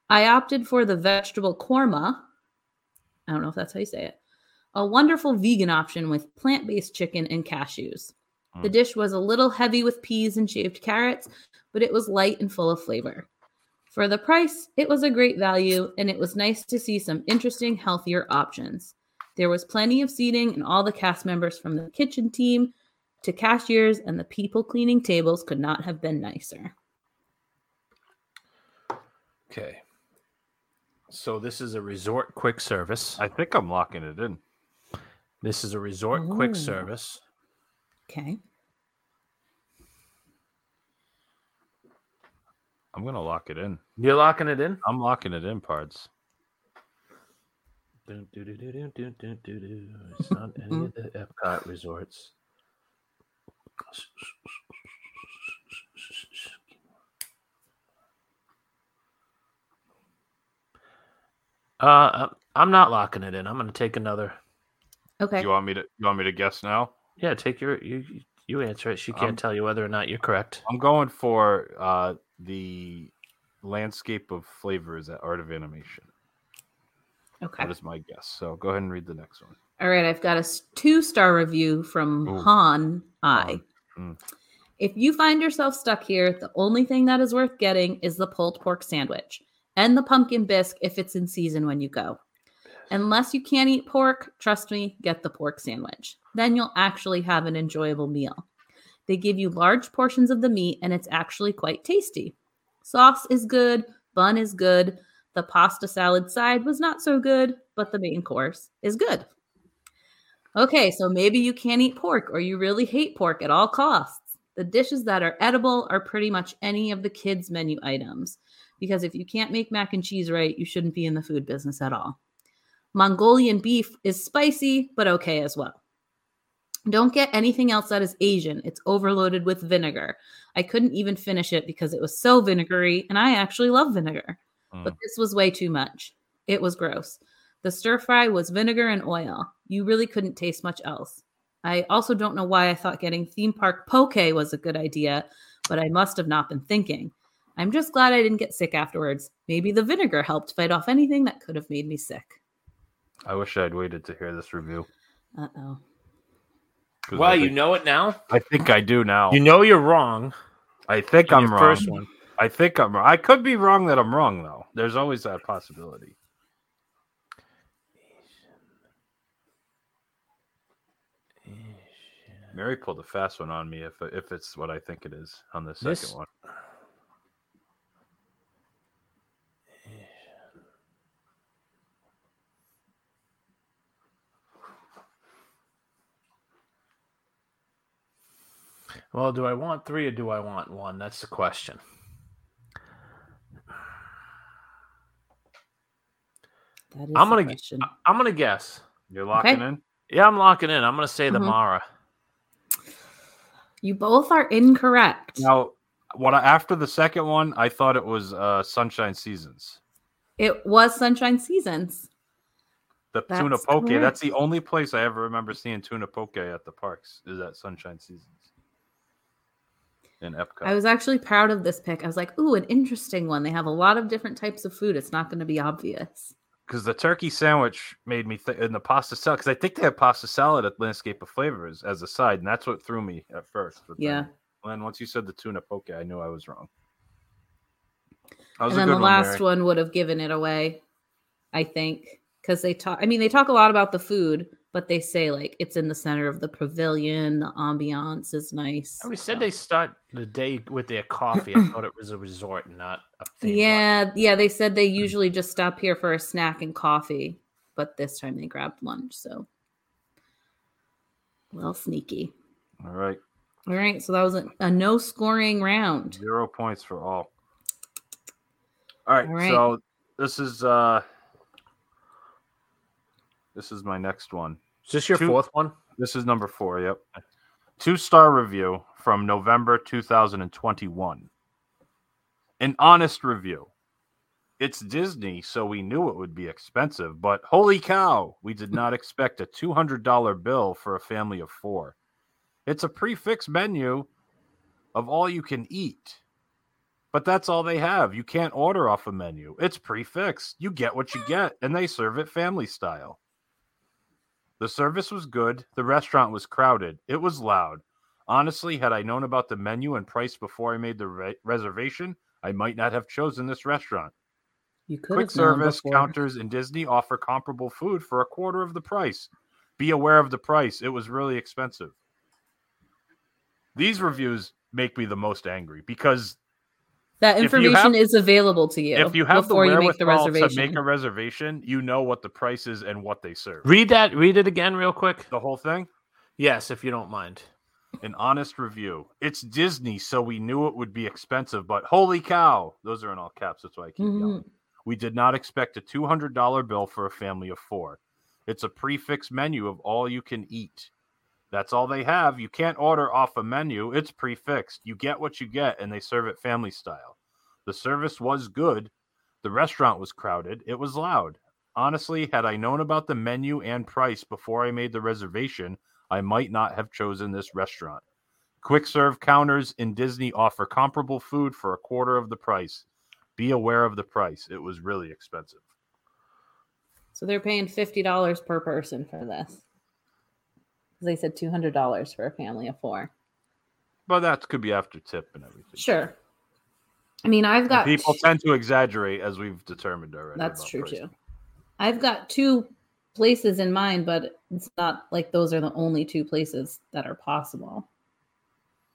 Speaker 8: I opted for the vegetable korma. I don't know if that's how you say it. A wonderful vegan option with plant based chicken and cashews. The dish was a little heavy with peas and shaved carrots, but it was light and full of flavor. For the price, it was a great value, and it was nice to see some interesting, healthier options. There was plenty of seating, and all the cast members from the kitchen team to cashiers and the people cleaning tables could not have been nicer.
Speaker 7: Okay. So this is a resort quick service.
Speaker 6: I think I'm locking it in.
Speaker 7: This is a resort quick
Speaker 8: Ooh.
Speaker 7: service.
Speaker 8: Okay.
Speaker 6: I'm gonna lock it in.
Speaker 7: You're locking it in.
Speaker 6: I'm locking it in, Pards.
Speaker 7: Dun, doo, doo, doo, doo, doo, doo, doo, doo. It's not any of the Epcot resorts. Uh, I- I'm not locking it in. I'm going to take another.
Speaker 8: Okay.
Speaker 6: You want me to? You want me to guess now?
Speaker 7: Yeah, take your you you- you answer it. She can't
Speaker 6: Um,
Speaker 7: tell you whether or not you're correct.
Speaker 6: I'm going for uh, the landscape of flavors at Art of Animation.
Speaker 8: okay.
Speaker 6: That is my guess. So go ahead and read the next one.
Speaker 8: All right, I've got a two star review from
Speaker 6: Ooh.
Speaker 8: Han I.
Speaker 6: Mm.
Speaker 8: If you find yourself stuck here, the only thing that is worth getting is the pulled pork sandwich and the pumpkin bisque if it's in season when you go. Unless you can't eat pork, trust me, get the pork sandwich. Then you'll actually have an enjoyable meal. They give you large portions of the meat and it's actually quite tasty. Sauce is good, bun is good, The pasta salad side was not so good, but the main course is good. Okay, so maybe you can't eat pork or you really hate pork at all costs. The dishes that are edible are pretty much any of the kids' menu items because if you can't make mac and cheese right, you shouldn't be in the food business at all. Mongolian beef is spicy, but okay as well. Don't get anything else that is Asian. It's overloaded with vinegar. I couldn't even finish it because it was so vinegary, and I actually love vinegar. But this was way too much. It was gross. The stir fry was vinegar and oil. You really couldn't taste much else. I also don't know why I thought getting theme park poke was a good idea, but I must have not been thinking. I'm just glad I didn't get sick afterwards. Maybe the vinegar helped fight off anything that could have made me sick.
Speaker 6: I wish I'd waited to hear this review.
Speaker 8: Uh oh.
Speaker 6: 'cause I
Speaker 7: Well, you
Speaker 6: think-
Speaker 7: know it now.
Speaker 6: I think I do now.
Speaker 7: You know you're wrong.
Speaker 6: I think
Speaker 7: on
Speaker 6: I'm wrong.
Speaker 7: your first one.
Speaker 6: I think I'm wrong. I could be wrong that I'm wrong though. There's always that possibility. Mary pulled a fast one on me if if it's what I think it is on the second
Speaker 7: This-
Speaker 6: one.
Speaker 7: Well, do I want three or do I want one? That's the question.
Speaker 8: That is
Speaker 7: I'm
Speaker 8: the
Speaker 7: gonna g-
Speaker 8: question.
Speaker 7: I- I'm gonna guess.
Speaker 6: You're locking
Speaker 8: Okay.
Speaker 6: in?
Speaker 7: Yeah, I'm locking in. I'm gonna say the
Speaker 8: Mhm.
Speaker 7: Mara.
Speaker 8: You both are incorrect.
Speaker 6: Now what I, after the second one, I thought it was uh Sunshine Seasons.
Speaker 8: It was Sunshine Seasons.
Speaker 6: The tuna
Speaker 8: That's
Speaker 6: poke. That's the
Speaker 8: correct.
Speaker 6: only place I ever remember seeing tuna poke at the parks is at Sunshine Seasons in Epcot.
Speaker 8: I was actually proud of this pick. I was like, ooh, an interesting one. They have a lot of different types of food. It's not going to be obvious.
Speaker 6: because the turkey sandwich made me think, and the pasta salad, because I think they have pasta salad at Landscape of Flavors as a side, and that's what threw me at first. But
Speaker 8: Yeah.
Speaker 6: Then, and once you said the tuna poke, I knew I was wrong. That was
Speaker 8: And
Speaker 6: a
Speaker 8: then
Speaker 6: good one,
Speaker 8: the last
Speaker 6: Mary.
Speaker 8: one would have given it away, I think, because they talk. I mean, they talk a lot about the food, but they say like it's in the center of the pavilion. The ambiance is nice.
Speaker 7: Oh, We said they start the day with their coffee. I thought it was a resort, not a theme park.
Speaker 8: Yeah, yeah. They said they
Speaker 7: Hmm.
Speaker 8: usually just stop here for a snack and coffee, but this time they grabbed lunch. So, a little sneaky.
Speaker 6: All right,
Speaker 8: All right, so that was a, a no scoring round.
Speaker 6: zero points for all. All right,
Speaker 8: All right.
Speaker 6: so this is uh this is my next one.
Speaker 7: Is this your
Speaker 6: Two-
Speaker 7: fourth one?
Speaker 6: This is number four. Yep, two star review from November 2021. An honest review. It's Disney, so we knew it would be expensive, but holy cow, we did not expect a $200 bill for a family of four. It's a prefix menu of all you can eat, but that's all they have. You can't order off a menu, it's prefixed. You get what you get, and they serve it family style. The service was good. The restaurant was crowded. It was loud. Honestly, had I known about the menu and price before I made the re- reservation, I might not have chosen this restaurant.
Speaker 8: You could
Speaker 6: Quick
Speaker 8: have known
Speaker 6: service
Speaker 8: before.
Speaker 6: counters in Disney offer comparable food for a quarter of the price. Be aware of the price. It was really expensive. These reviews make me the most angry because
Speaker 8: That
Speaker 6: If you
Speaker 8: information
Speaker 6: have-
Speaker 8: is available to you.
Speaker 6: if you have the
Speaker 8: before you make the
Speaker 6: wherewithal to
Speaker 8: reservation,
Speaker 6: make a reservation, you know what the price is and what they serve.
Speaker 7: Read that. Read it again, real quick.
Speaker 6: The whole thing?
Speaker 7: Yes, if you don't mind.
Speaker 6: an honest review. It's Disney, so we knew it would be expensive, but holy cow, those are in all caps. That's why I keep yelling. We did not expect a $200 bill for a family of four. It's a prefix menu of all you can eat. That's all they have. You can't order off a menu, it's prefixed. You get what you get, and they serve it family style. The service was good. The restaurant was crowded. It was loud. Honestly, had I known about the menu and price before I made the reservation, I might not have chosen this restaurant. Quick serve counters in Disney offer comparable food for a quarter of the price. Be aware of the price. It was really expensive.
Speaker 8: so they're paying fifty dollars per person for this. 'Cause They said two hundred dollars for a family of four.
Speaker 6: But that could be after tip and everything.
Speaker 8: Sure. I mean, I've
Speaker 6: And
Speaker 8: got
Speaker 6: People tend to exaggerate, as we've determined already.
Speaker 8: That's
Speaker 6: about
Speaker 8: true
Speaker 6: price.
Speaker 8: too. I've got two places in mind, but it's not like those are the only two places that are possible.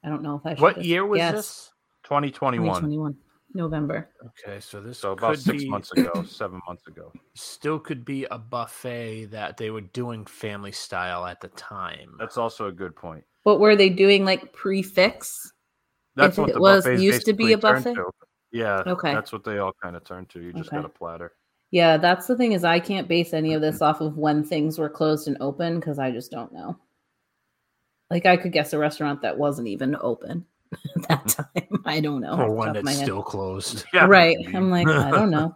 Speaker 8: I don't know if I should.
Speaker 7: What
Speaker 8: just
Speaker 7: year was
Speaker 8: guess.
Speaker 7: this?
Speaker 6: 2021.
Speaker 8: 2021. November.
Speaker 7: Okay, so this
Speaker 6: So about
Speaker 7: could
Speaker 6: six
Speaker 7: be-
Speaker 6: months ago, seven months ago.
Speaker 7: still could be a buffet that they were doing family style at the time.
Speaker 6: That's also a good point.
Speaker 8: What were they doing? Like prefix?
Speaker 6: That's
Speaker 8: If
Speaker 6: what
Speaker 8: it
Speaker 6: the
Speaker 8: was-
Speaker 6: buffets
Speaker 8: used to be a
Speaker 6: basically turned
Speaker 8: buffet?
Speaker 6: to. Yeah.
Speaker 8: Okay.
Speaker 6: That's what they all kind of turn to. You just
Speaker 8: Okay.
Speaker 6: got a platter.
Speaker 8: Yeah, that's the thing is I can't base any of this off of when things were closed and open because I just don't know. Like I could guess a restaurant that wasn't even open (laughs) at that time. (laughs) I don't know.
Speaker 7: or
Speaker 8: Oh, off the
Speaker 7: one
Speaker 8: top of my
Speaker 7: that's
Speaker 8: head.
Speaker 7: still closed.
Speaker 6: Yeah, (laughs)
Speaker 8: right.
Speaker 6: maybe.
Speaker 8: I'm like, I don't know.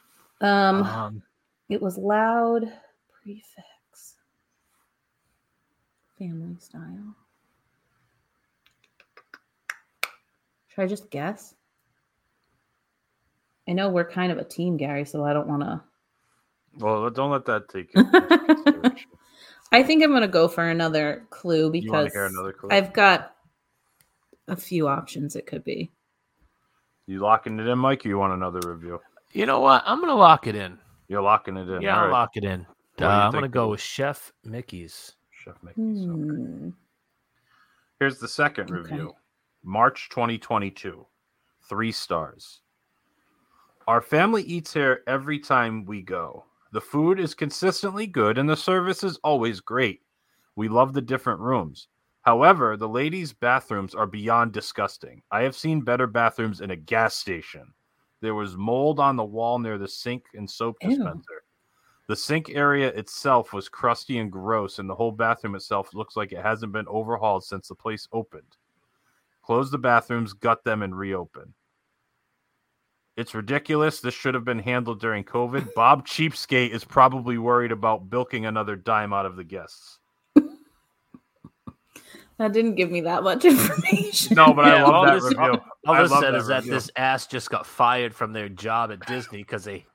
Speaker 8: (laughs) Um,
Speaker 7: Um,
Speaker 8: it was loud prefix. Family style. Should I just guess? I know we're kind of a team, Gary, so I don't want to
Speaker 6: Well, don't let that take
Speaker 8: (laughs)
Speaker 6: you. into consideration.
Speaker 8: I think I'm gonna go for another clue
Speaker 6: You want
Speaker 8: because
Speaker 6: to hear another clue?
Speaker 8: I've got a few options. It could be.
Speaker 6: You locking it in, Mike? Or you want another review?
Speaker 7: you know what? I'm gonna lock it in.
Speaker 6: You're locking it in.
Speaker 7: Yeah,
Speaker 6: All
Speaker 7: I'll
Speaker 6: right.
Speaker 7: lock it in.
Speaker 6: do
Speaker 7: Uh,
Speaker 6: you
Speaker 7: I'm
Speaker 6: think
Speaker 7: gonna go
Speaker 6: it
Speaker 7: with Chef Mickey's.
Speaker 6: Chef Mickey's. okay.
Speaker 8: Hmm.
Speaker 6: Here's the second
Speaker 8: Okay.
Speaker 6: review March 2022. Three stars. Our family eats here every time we go. The food is consistently good and the service is always great. We love the different rooms. However, the ladies' bathrooms are beyond disgusting. I have seen better bathrooms in a gas station. There was mold on the wall near the sink and soap
Speaker 8: Ew.
Speaker 6: dispenser. The sink area itself was crusty and gross, and the whole bathroom itself looks like it hasn't been overhauled since the place opened. Close the bathrooms, gut them, and reopen. It's ridiculous. This should have been handled during COVID. Bob Cheapskate is probably worried about bilking another dime out of the guests.
Speaker 8: That didn't give me that much (laughs) information.
Speaker 6: No, but I
Speaker 7: Yeah, all
Speaker 6: love that
Speaker 7: this-
Speaker 6: review.
Speaker 7: All
Speaker 6: I
Speaker 7: I
Speaker 6: love
Speaker 7: said
Speaker 6: that
Speaker 7: is that
Speaker 6: review.
Speaker 7: this ass just got fired from their job at Disney because they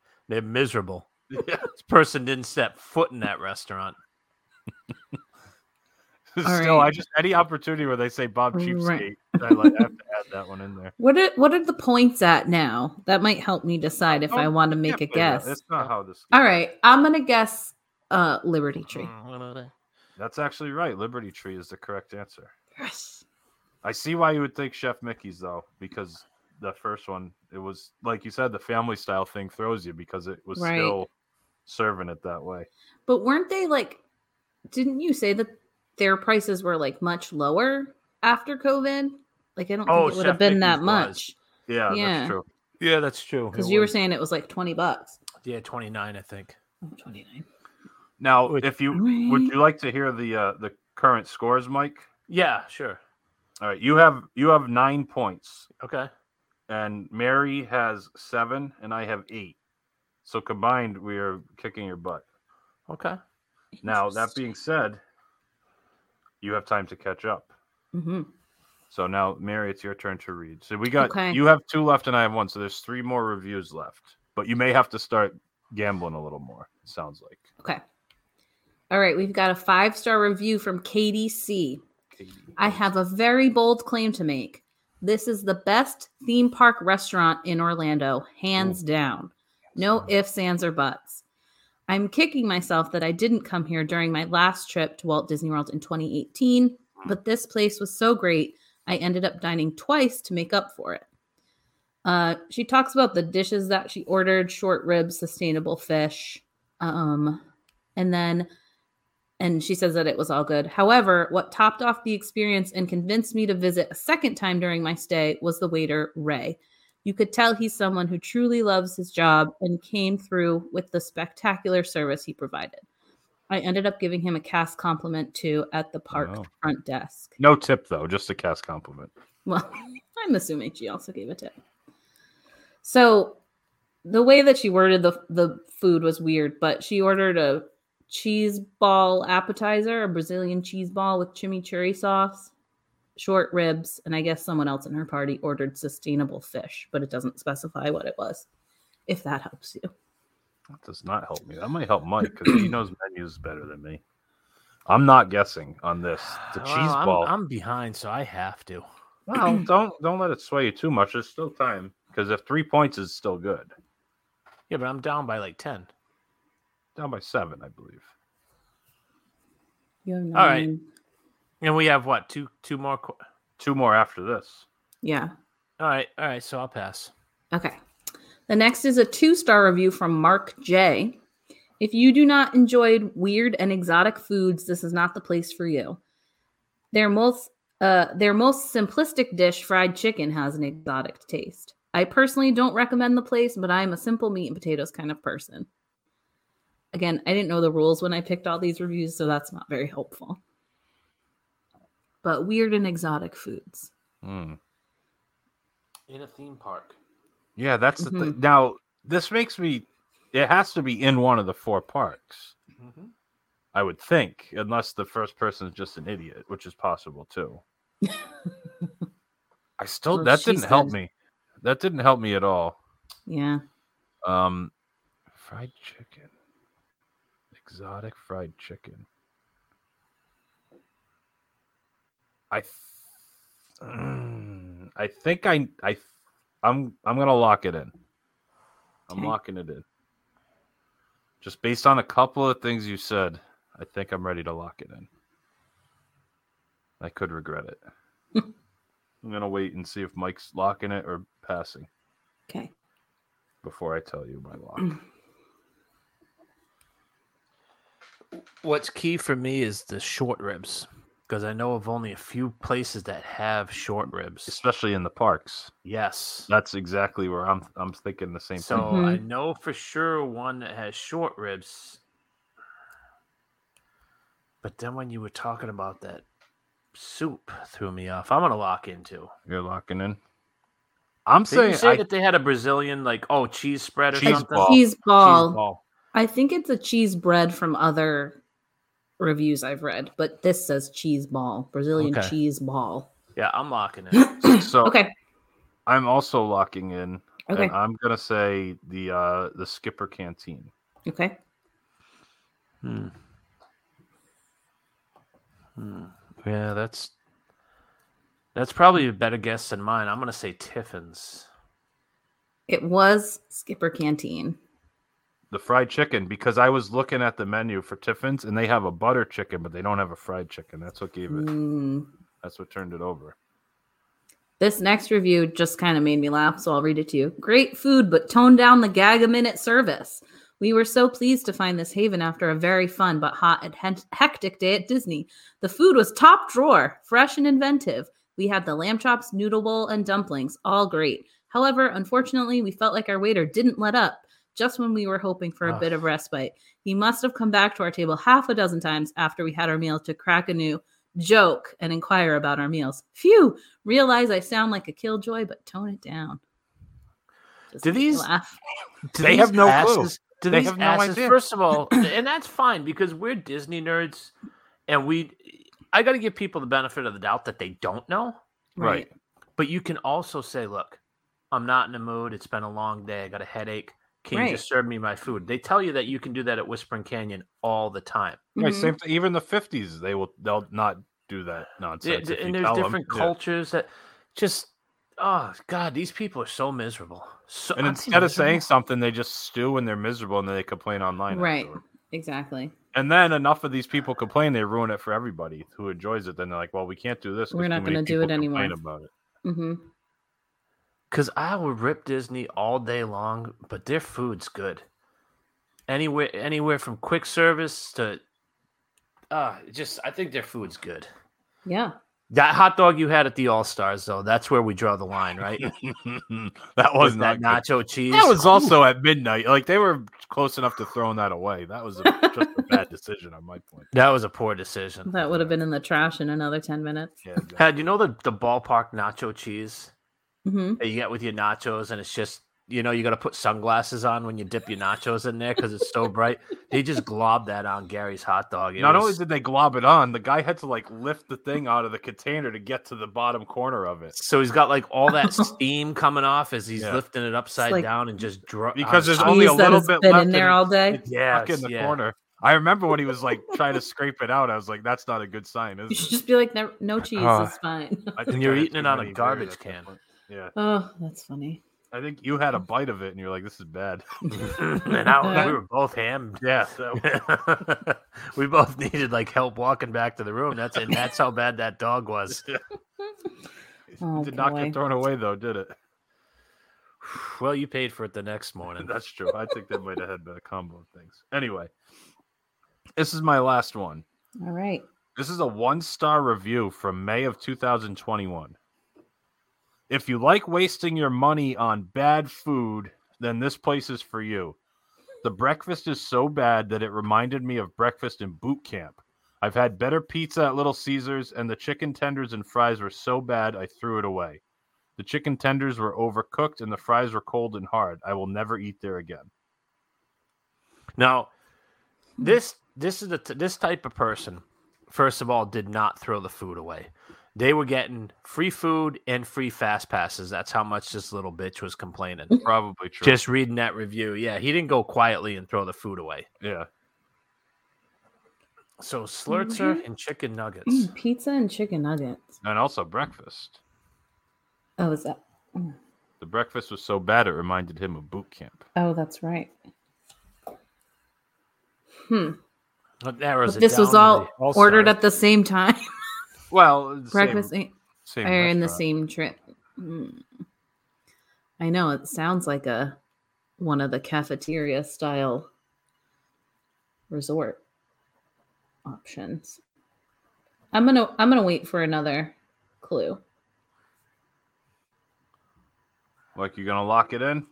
Speaker 6: (laughs)
Speaker 7: they're miserable. This person didn't step foot in that restaurant.
Speaker 8: All
Speaker 6: (laughs) Still, I
Speaker 8: right.
Speaker 6: just any opportunity where they say Bob
Speaker 8: Right.
Speaker 6: Cheapskate, I, like, I have to add that one in there.
Speaker 8: What are what are the points at now? That might help me decide if I
Speaker 6: Don't-
Speaker 8: want to make a
Speaker 6: Can't play that.
Speaker 8: guess.
Speaker 6: That's not how this.
Speaker 8: All right, I'm gonna guess uh Liberty Tree.
Speaker 6: Hmm. That's actually right. Liberty Tree is the correct answer.
Speaker 8: Yes.
Speaker 6: I see why you would think Chef Mickey's though, because the first one, it was like you said, the family style thing throws you because it was
Speaker 8: Right.
Speaker 6: still serving it that way.
Speaker 8: But weren't they like didn't you say that their prices were like much lower after COVID? Like I don't
Speaker 7: Oh,
Speaker 8: think it would have
Speaker 7: Chef
Speaker 8: been that
Speaker 7: Mickey's was.
Speaker 8: much.
Speaker 6: Yeah,
Speaker 8: Yeah.
Speaker 6: that's true.
Speaker 7: Yeah, that's true.
Speaker 8: Because you were saying it was like 20 bucks.
Speaker 7: yeah, 29, I think.
Speaker 8: Oh, 29.
Speaker 6: Now,
Speaker 7: Which-
Speaker 6: if you would
Speaker 8: Right.
Speaker 6: you like to hear the uh, the current scores, Mike?
Speaker 7: Yeah, sure.
Speaker 6: All right, you have you have nine points,
Speaker 7: Okay.
Speaker 6: and Mary has seven, and I have eight. So combined, we are kicking your butt.
Speaker 7: Okay.
Speaker 6: Now that being said, you have time to catch up.
Speaker 8: Mhm.
Speaker 6: So now, Mary, it's your turn to read. So we got
Speaker 8: Okay.
Speaker 6: you have two left, and I have one. So there's three more reviews left, but you may have to start gambling a little more. It sounds like
Speaker 8: Okay. All right. We've got a five star review from Katie C. I have a very bold claim to make. This is the best theme park restaurant in Orlando, hands down. No ifs, ands, or buts. I'm kicking myself that I didn't come here during my last trip to Walt Disney World in 2018, but this place was so great, I ended up dining twice to make up for it. Uh, she talks about the dishes that she ordered short ribs, sustainable fish. Um, and then, and she says that it was all good. However, what topped off the experience and convinced me to visit a second time during my stay was the waiter, Ray. You could tell he's someone who truly loves his job and came through with the spectacular service he provided. I ended up giving him a cast compliment too at the park
Speaker 6: Wow.
Speaker 8: front desk.
Speaker 6: no tip though, just a cast compliment.
Speaker 8: Well, (laughs) I'm assuming she also gave a tip. So the way that she worded the the food was weird, but she ordered a cheese ball appetizer, a Brazilian cheese ball with chimichurri sauce, short ribs, and I guess someone else in her party ordered sustainable fish, but it doesn't specify what it was. If that helps you.
Speaker 6: That does not help me. That might help Mike because he knows menus better than me. I'm not guessing on this. The
Speaker 7: Well,
Speaker 6: cheese
Speaker 7: I'm-
Speaker 6: ball.
Speaker 7: I'm behind, so I have to. (clears throat)
Speaker 6: Well, don't don't let it sway you too much. There's still time because if three points is still good,
Speaker 7: Yeah, but I'm down by like 10.
Speaker 6: down by seven, I believe.
Speaker 8: You have nine.
Speaker 7: All right. And we have what? Two two more qu-
Speaker 6: Two more after this.
Speaker 8: Yeah.
Speaker 7: All right, all right, so I'll pass.
Speaker 8: Okay. The next is a two star review from Mark J. If you do not enjoy weird and exotic foods, this is not the place for you. Their most uh, their most simplistic dish, fried chicken, has an exotic taste. I personally don't recommend the place, but I am a simple meat and potatoes kind of person. Again, I didn't know the rules when I picked all these reviews, so that's not very helpful. But weird and exotic foods.
Speaker 6: Mm.
Speaker 7: in a theme park.
Speaker 6: Yeah, that's the
Speaker 8: Mm-hmm.
Speaker 6: thing. Now, this makes me, it has to be in one of the four parks,
Speaker 7: Mm-hmm.
Speaker 6: I would think, unless the first person is just an idiot, which is possible
Speaker 8: (laughs)
Speaker 6: too. I still,
Speaker 8: Well,
Speaker 6: that
Speaker 8: she
Speaker 6: didn't help
Speaker 8: said-
Speaker 6: me. That didn't help me at all.
Speaker 8: Yeah.
Speaker 6: Um, fried chicken, exotic fried chicken. I, th- Mm, I think I, I, th- I'm, I'm gonna lock it in. I'm
Speaker 8: Okay.
Speaker 6: locking it in. Just based on a couple of things you said, I think I'm ready to lock it in. I could regret it. I'm gonna wait and see if Mike's locking it or passing
Speaker 8: Okay.
Speaker 6: before I tell you my lock.
Speaker 7: What's key for me is the short ribs because I know of only a few places that have short ribs.
Speaker 6: especially in the parks.
Speaker 7: Yes.
Speaker 6: That's exactly where I'm. I'm thinking the same
Speaker 7: So
Speaker 6: thing.
Speaker 7: I
Speaker 8: Mm-hmm.
Speaker 7: know for sure one that has short ribs. But then when you were talking about that soup threw me off. I'm gonna lock into.
Speaker 6: You're locking in. I'm
Speaker 7: Did you
Speaker 6: saying
Speaker 7: say
Speaker 6: I,
Speaker 7: that they had a Brazilian like oh cheese spread or
Speaker 6: Cheese
Speaker 7: something?
Speaker 6: ball.
Speaker 8: Cheese ball.
Speaker 7: Cheese ball.
Speaker 8: I think it's a cheese bread from other reviews I've read, but this says cheese ball, Brazilian
Speaker 7: Okay.
Speaker 8: cheese ball.
Speaker 7: Yeah, I'm locking it.
Speaker 8: (clears throat)
Speaker 6: so.
Speaker 8: Okay.
Speaker 6: I'm also locking in,
Speaker 8: Okay.
Speaker 6: and I'm gonna say the uh the Skipper Canteen.
Speaker 8: Okay.
Speaker 7: Hmm. Hmm. Yeah, that's that's probably a better guess than mine. I'm gonna say Tiffin's.
Speaker 8: It was Skipper Canteen.
Speaker 6: The fried chicken, because I was looking at the menu for Tiffin's, and they have a butter chicken, but they don't have a fried chicken. That's what gave it.
Speaker 8: Mm.
Speaker 6: That's what turned it over.
Speaker 8: This next review just kind of made me laugh, so I'll read it to you. Great food, but tone down the gag a minute service. We were so pleased to find this haven after a very fun but hot and hec- hectic day at Disney. The food was top drawer, fresh and inventive. We had the lamb chops, noodle bowl, and dumplings, all great. However, unfortunately, we felt like our waiter didn't let up just when we were hoping for a
Speaker 7: Ugh.
Speaker 8: bit of respite. He must have come back to our table half a dozen times after we had our meal to crack a new joke and inquire about our meals. Phew! Realize I sound like a killjoy, but tone it down. Just
Speaker 7: Do
Speaker 8: made me
Speaker 7: these-
Speaker 8: laugh.
Speaker 7: Do
Speaker 6: They
Speaker 7: these
Speaker 6: have no clue.
Speaker 7: asses- Do
Speaker 6: They
Speaker 7: these
Speaker 6: have no
Speaker 7: asses,
Speaker 6: idea.
Speaker 7: First of
Speaker 6: (clears throat)
Speaker 7: all, and that's fine because we're Disney nerds, and we. I got to give people the benefit of the doubt that they don't know,
Speaker 6: Right.
Speaker 7: but you can also say, "Look, I'm not in the mood. It's been a long day. I got a headache. Can
Speaker 8: Right.
Speaker 7: you just serve me my food?" They tell you that you can do that at Whispering Canyon all the time.
Speaker 6: Right.
Speaker 8: Mhm.
Speaker 6: Same. Thing. Even the 50s, they will. They'll not do that
Speaker 7: Yeah,
Speaker 6: nonsense.
Speaker 7: d-
Speaker 6: if you
Speaker 7: and there's
Speaker 6: tell 'em.
Speaker 7: different
Speaker 6: Yeah.
Speaker 7: cultures that just oh god these people are so miserable so (laughs)
Speaker 6: And
Speaker 7: aren't they
Speaker 6: instead of saying
Speaker 7: miserable?
Speaker 6: something, they just stew and they're miserable and then they complain online.
Speaker 8: Right.
Speaker 6: afterward.
Speaker 8: Exactly.
Speaker 6: And then enough of these people complain, they ruin it for everybody who enjoys it. Then they're like, "Well, we can't do this. 'cause
Speaker 8: We're
Speaker 6: too
Speaker 8: not
Speaker 6: many
Speaker 8: gonna do
Speaker 6: people
Speaker 8: it anymore."
Speaker 6: complain About it.
Speaker 8: hmm
Speaker 7: because i would rip disney all day long but their food's good anywhere anywhere from quick service to uh just i think their food's good
Speaker 8: Yeah.
Speaker 7: that hot dog you had at the all stars though that's where we draw the
Speaker 6: (laughs)
Speaker 7: line right
Speaker 6: that was
Speaker 7: With
Speaker 6: not.
Speaker 7: that
Speaker 6: That,
Speaker 7: nacho cheese
Speaker 6: that was also at midnight. Like they were close enough to throwing that away. That was a, just a bad decision on my point.
Speaker 7: that was a poor decision
Speaker 8: That would have been in the trash in another 10 minutes.
Speaker 7: (laughs)
Speaker 6: Yeah, exactly.
Speaker 7: had you know the, the ballpark nacho cheese
Speaker 8: hmm
Speaker 7: that you get with your nachos, and it's just you know you got to put sunglasses on when you dip your nachos in there because it's so bright. They just glob that on Gary's hot dog. It
Speaker 6: Not only
Speaker 7: was
Speaker 6: did they glob it on, the guy had to like lift the thing out of the container to get to the bottom corner of it
Speaker 7: so he's got like all that steam coming off as he's
Speaker 6: Yeah.
Speaker 7: lifting it upside
Speaker 8: like-
Speaker 7: down and just dro-
Speaker 6: because
Speaker 7: on
Speaker 6: there's
Speaker 7: top.
Speaker 6: only a
Speaker 8: Cheese that
Speaker 6: little
Speaker 8: has
Speaker 6: bit
Speaker 8: been
Speaker 6: left
Speaker 8: in
Speaker 6: and
Speaker 8: there
Speaker 6: it's-
Speaker 8: all day.
Speaker 6: It's stuck
Speaker 7: Yes,
Speaker 6: in the
Speaker 7: yeah.
Speaker 6: corner. I remember when he was like trying to scrape it out. I was like, "That's not a good sign." Is
Speaker 8: (laughs) (laughs) You
Speaker 6: it?
Speaker 8: should just be like, "Never- no cheese
Speaker 7: Oh.
Speaker 8: is fine. (laughs)
Speaker 6: I think
Speaker 7: you're
Speaker 6: I had
Speaker 7: eating it
Speaker 6: too
Speaker 7: out of
Speaker 6: many beers
Speaker 7: garbage
Speaker 6: at that
Speaker 7: can.
Speaker 6: point. Yeah,
Speaker 8: oh, that's funny.
Speaker 6: I think you had a bite of it, and you're like, "This is bad." (laughs)
Speaker 7: (laughs) and now we were both hammed.
Speaker 6: yeah, (laughs) so-
Speaker 7: (laughs) we both needed like help walking back to the room. That's and that's how bad that
Speaker 6: (laughs)
Speaker 7: dog was.
Speaker 8: Oh,
Speaker 6: did not
Speaker 8: boy.
Speaker 6: get thrown away though, did it?
Speaker 7: Well, you paid for it the next
Speaker 6: (laughs)
Speaker 7: morning.
Speaker 6: That's true. I think that might have had been a combo of things. Anyway, this is my last one.
Speaker 8: All right.
Speaker 6: This is a one star review from May of 2021. If you like wasting your money on bad food, then this place is for you. The breakfast is so bad that it reminded me of breakfast in boot camp. I've had better pizza at Little Caesars, and the chicken tenders and fries were so bad I threw it away. The chicken tenders were overcooked, and the fries were cold and hard. I will never eat there again.
Speaker 7: Now, this this is the t- this type of person. First of all, did not throw the food away. They were getting free food and free fast passes. That's how much this little bitch was complaining.
Speaker 6: Probably true.
Speaker 7: Just reading that review, yeah, he didn't go quietly and throw the food away.
Speaker 6: yeah.
Speaker 7: So slurzer
Speaker 8: Mm-hmm.
Speaker 7: and chicken nuggets.
Speaker 8: Pizza and chicken nuggets.
Speaker 6: And also breakfast.
Speaker 8: Oh, is that?
Speaker 6: The breakfast was so bad it reminded him of boot camp.
Speaker 8: Oh, that's right.
Speaker 7: That narrows
Speaker 8: But
Speaker 7: it
Speaker 8: this was
Speaker 7: down
Speaker 8: all
Speaker 7: to the all-star.
Speaker 8: ordered at the same time. (laughs)
Speaker 6: Well, the
Speaker 8: Breakfast
Speaker 6: same,
Speaker 8: ain't
Speaker 6: same
Speaker 8: are in the
Speaker 6: restaurant.
Speaker 8: same trip. Mm. I know it sounds like a one of the cafeteria style resort options. I'm gonna I'm gonna wait for another clue.
Speaker 6: Like you're gonna lock it in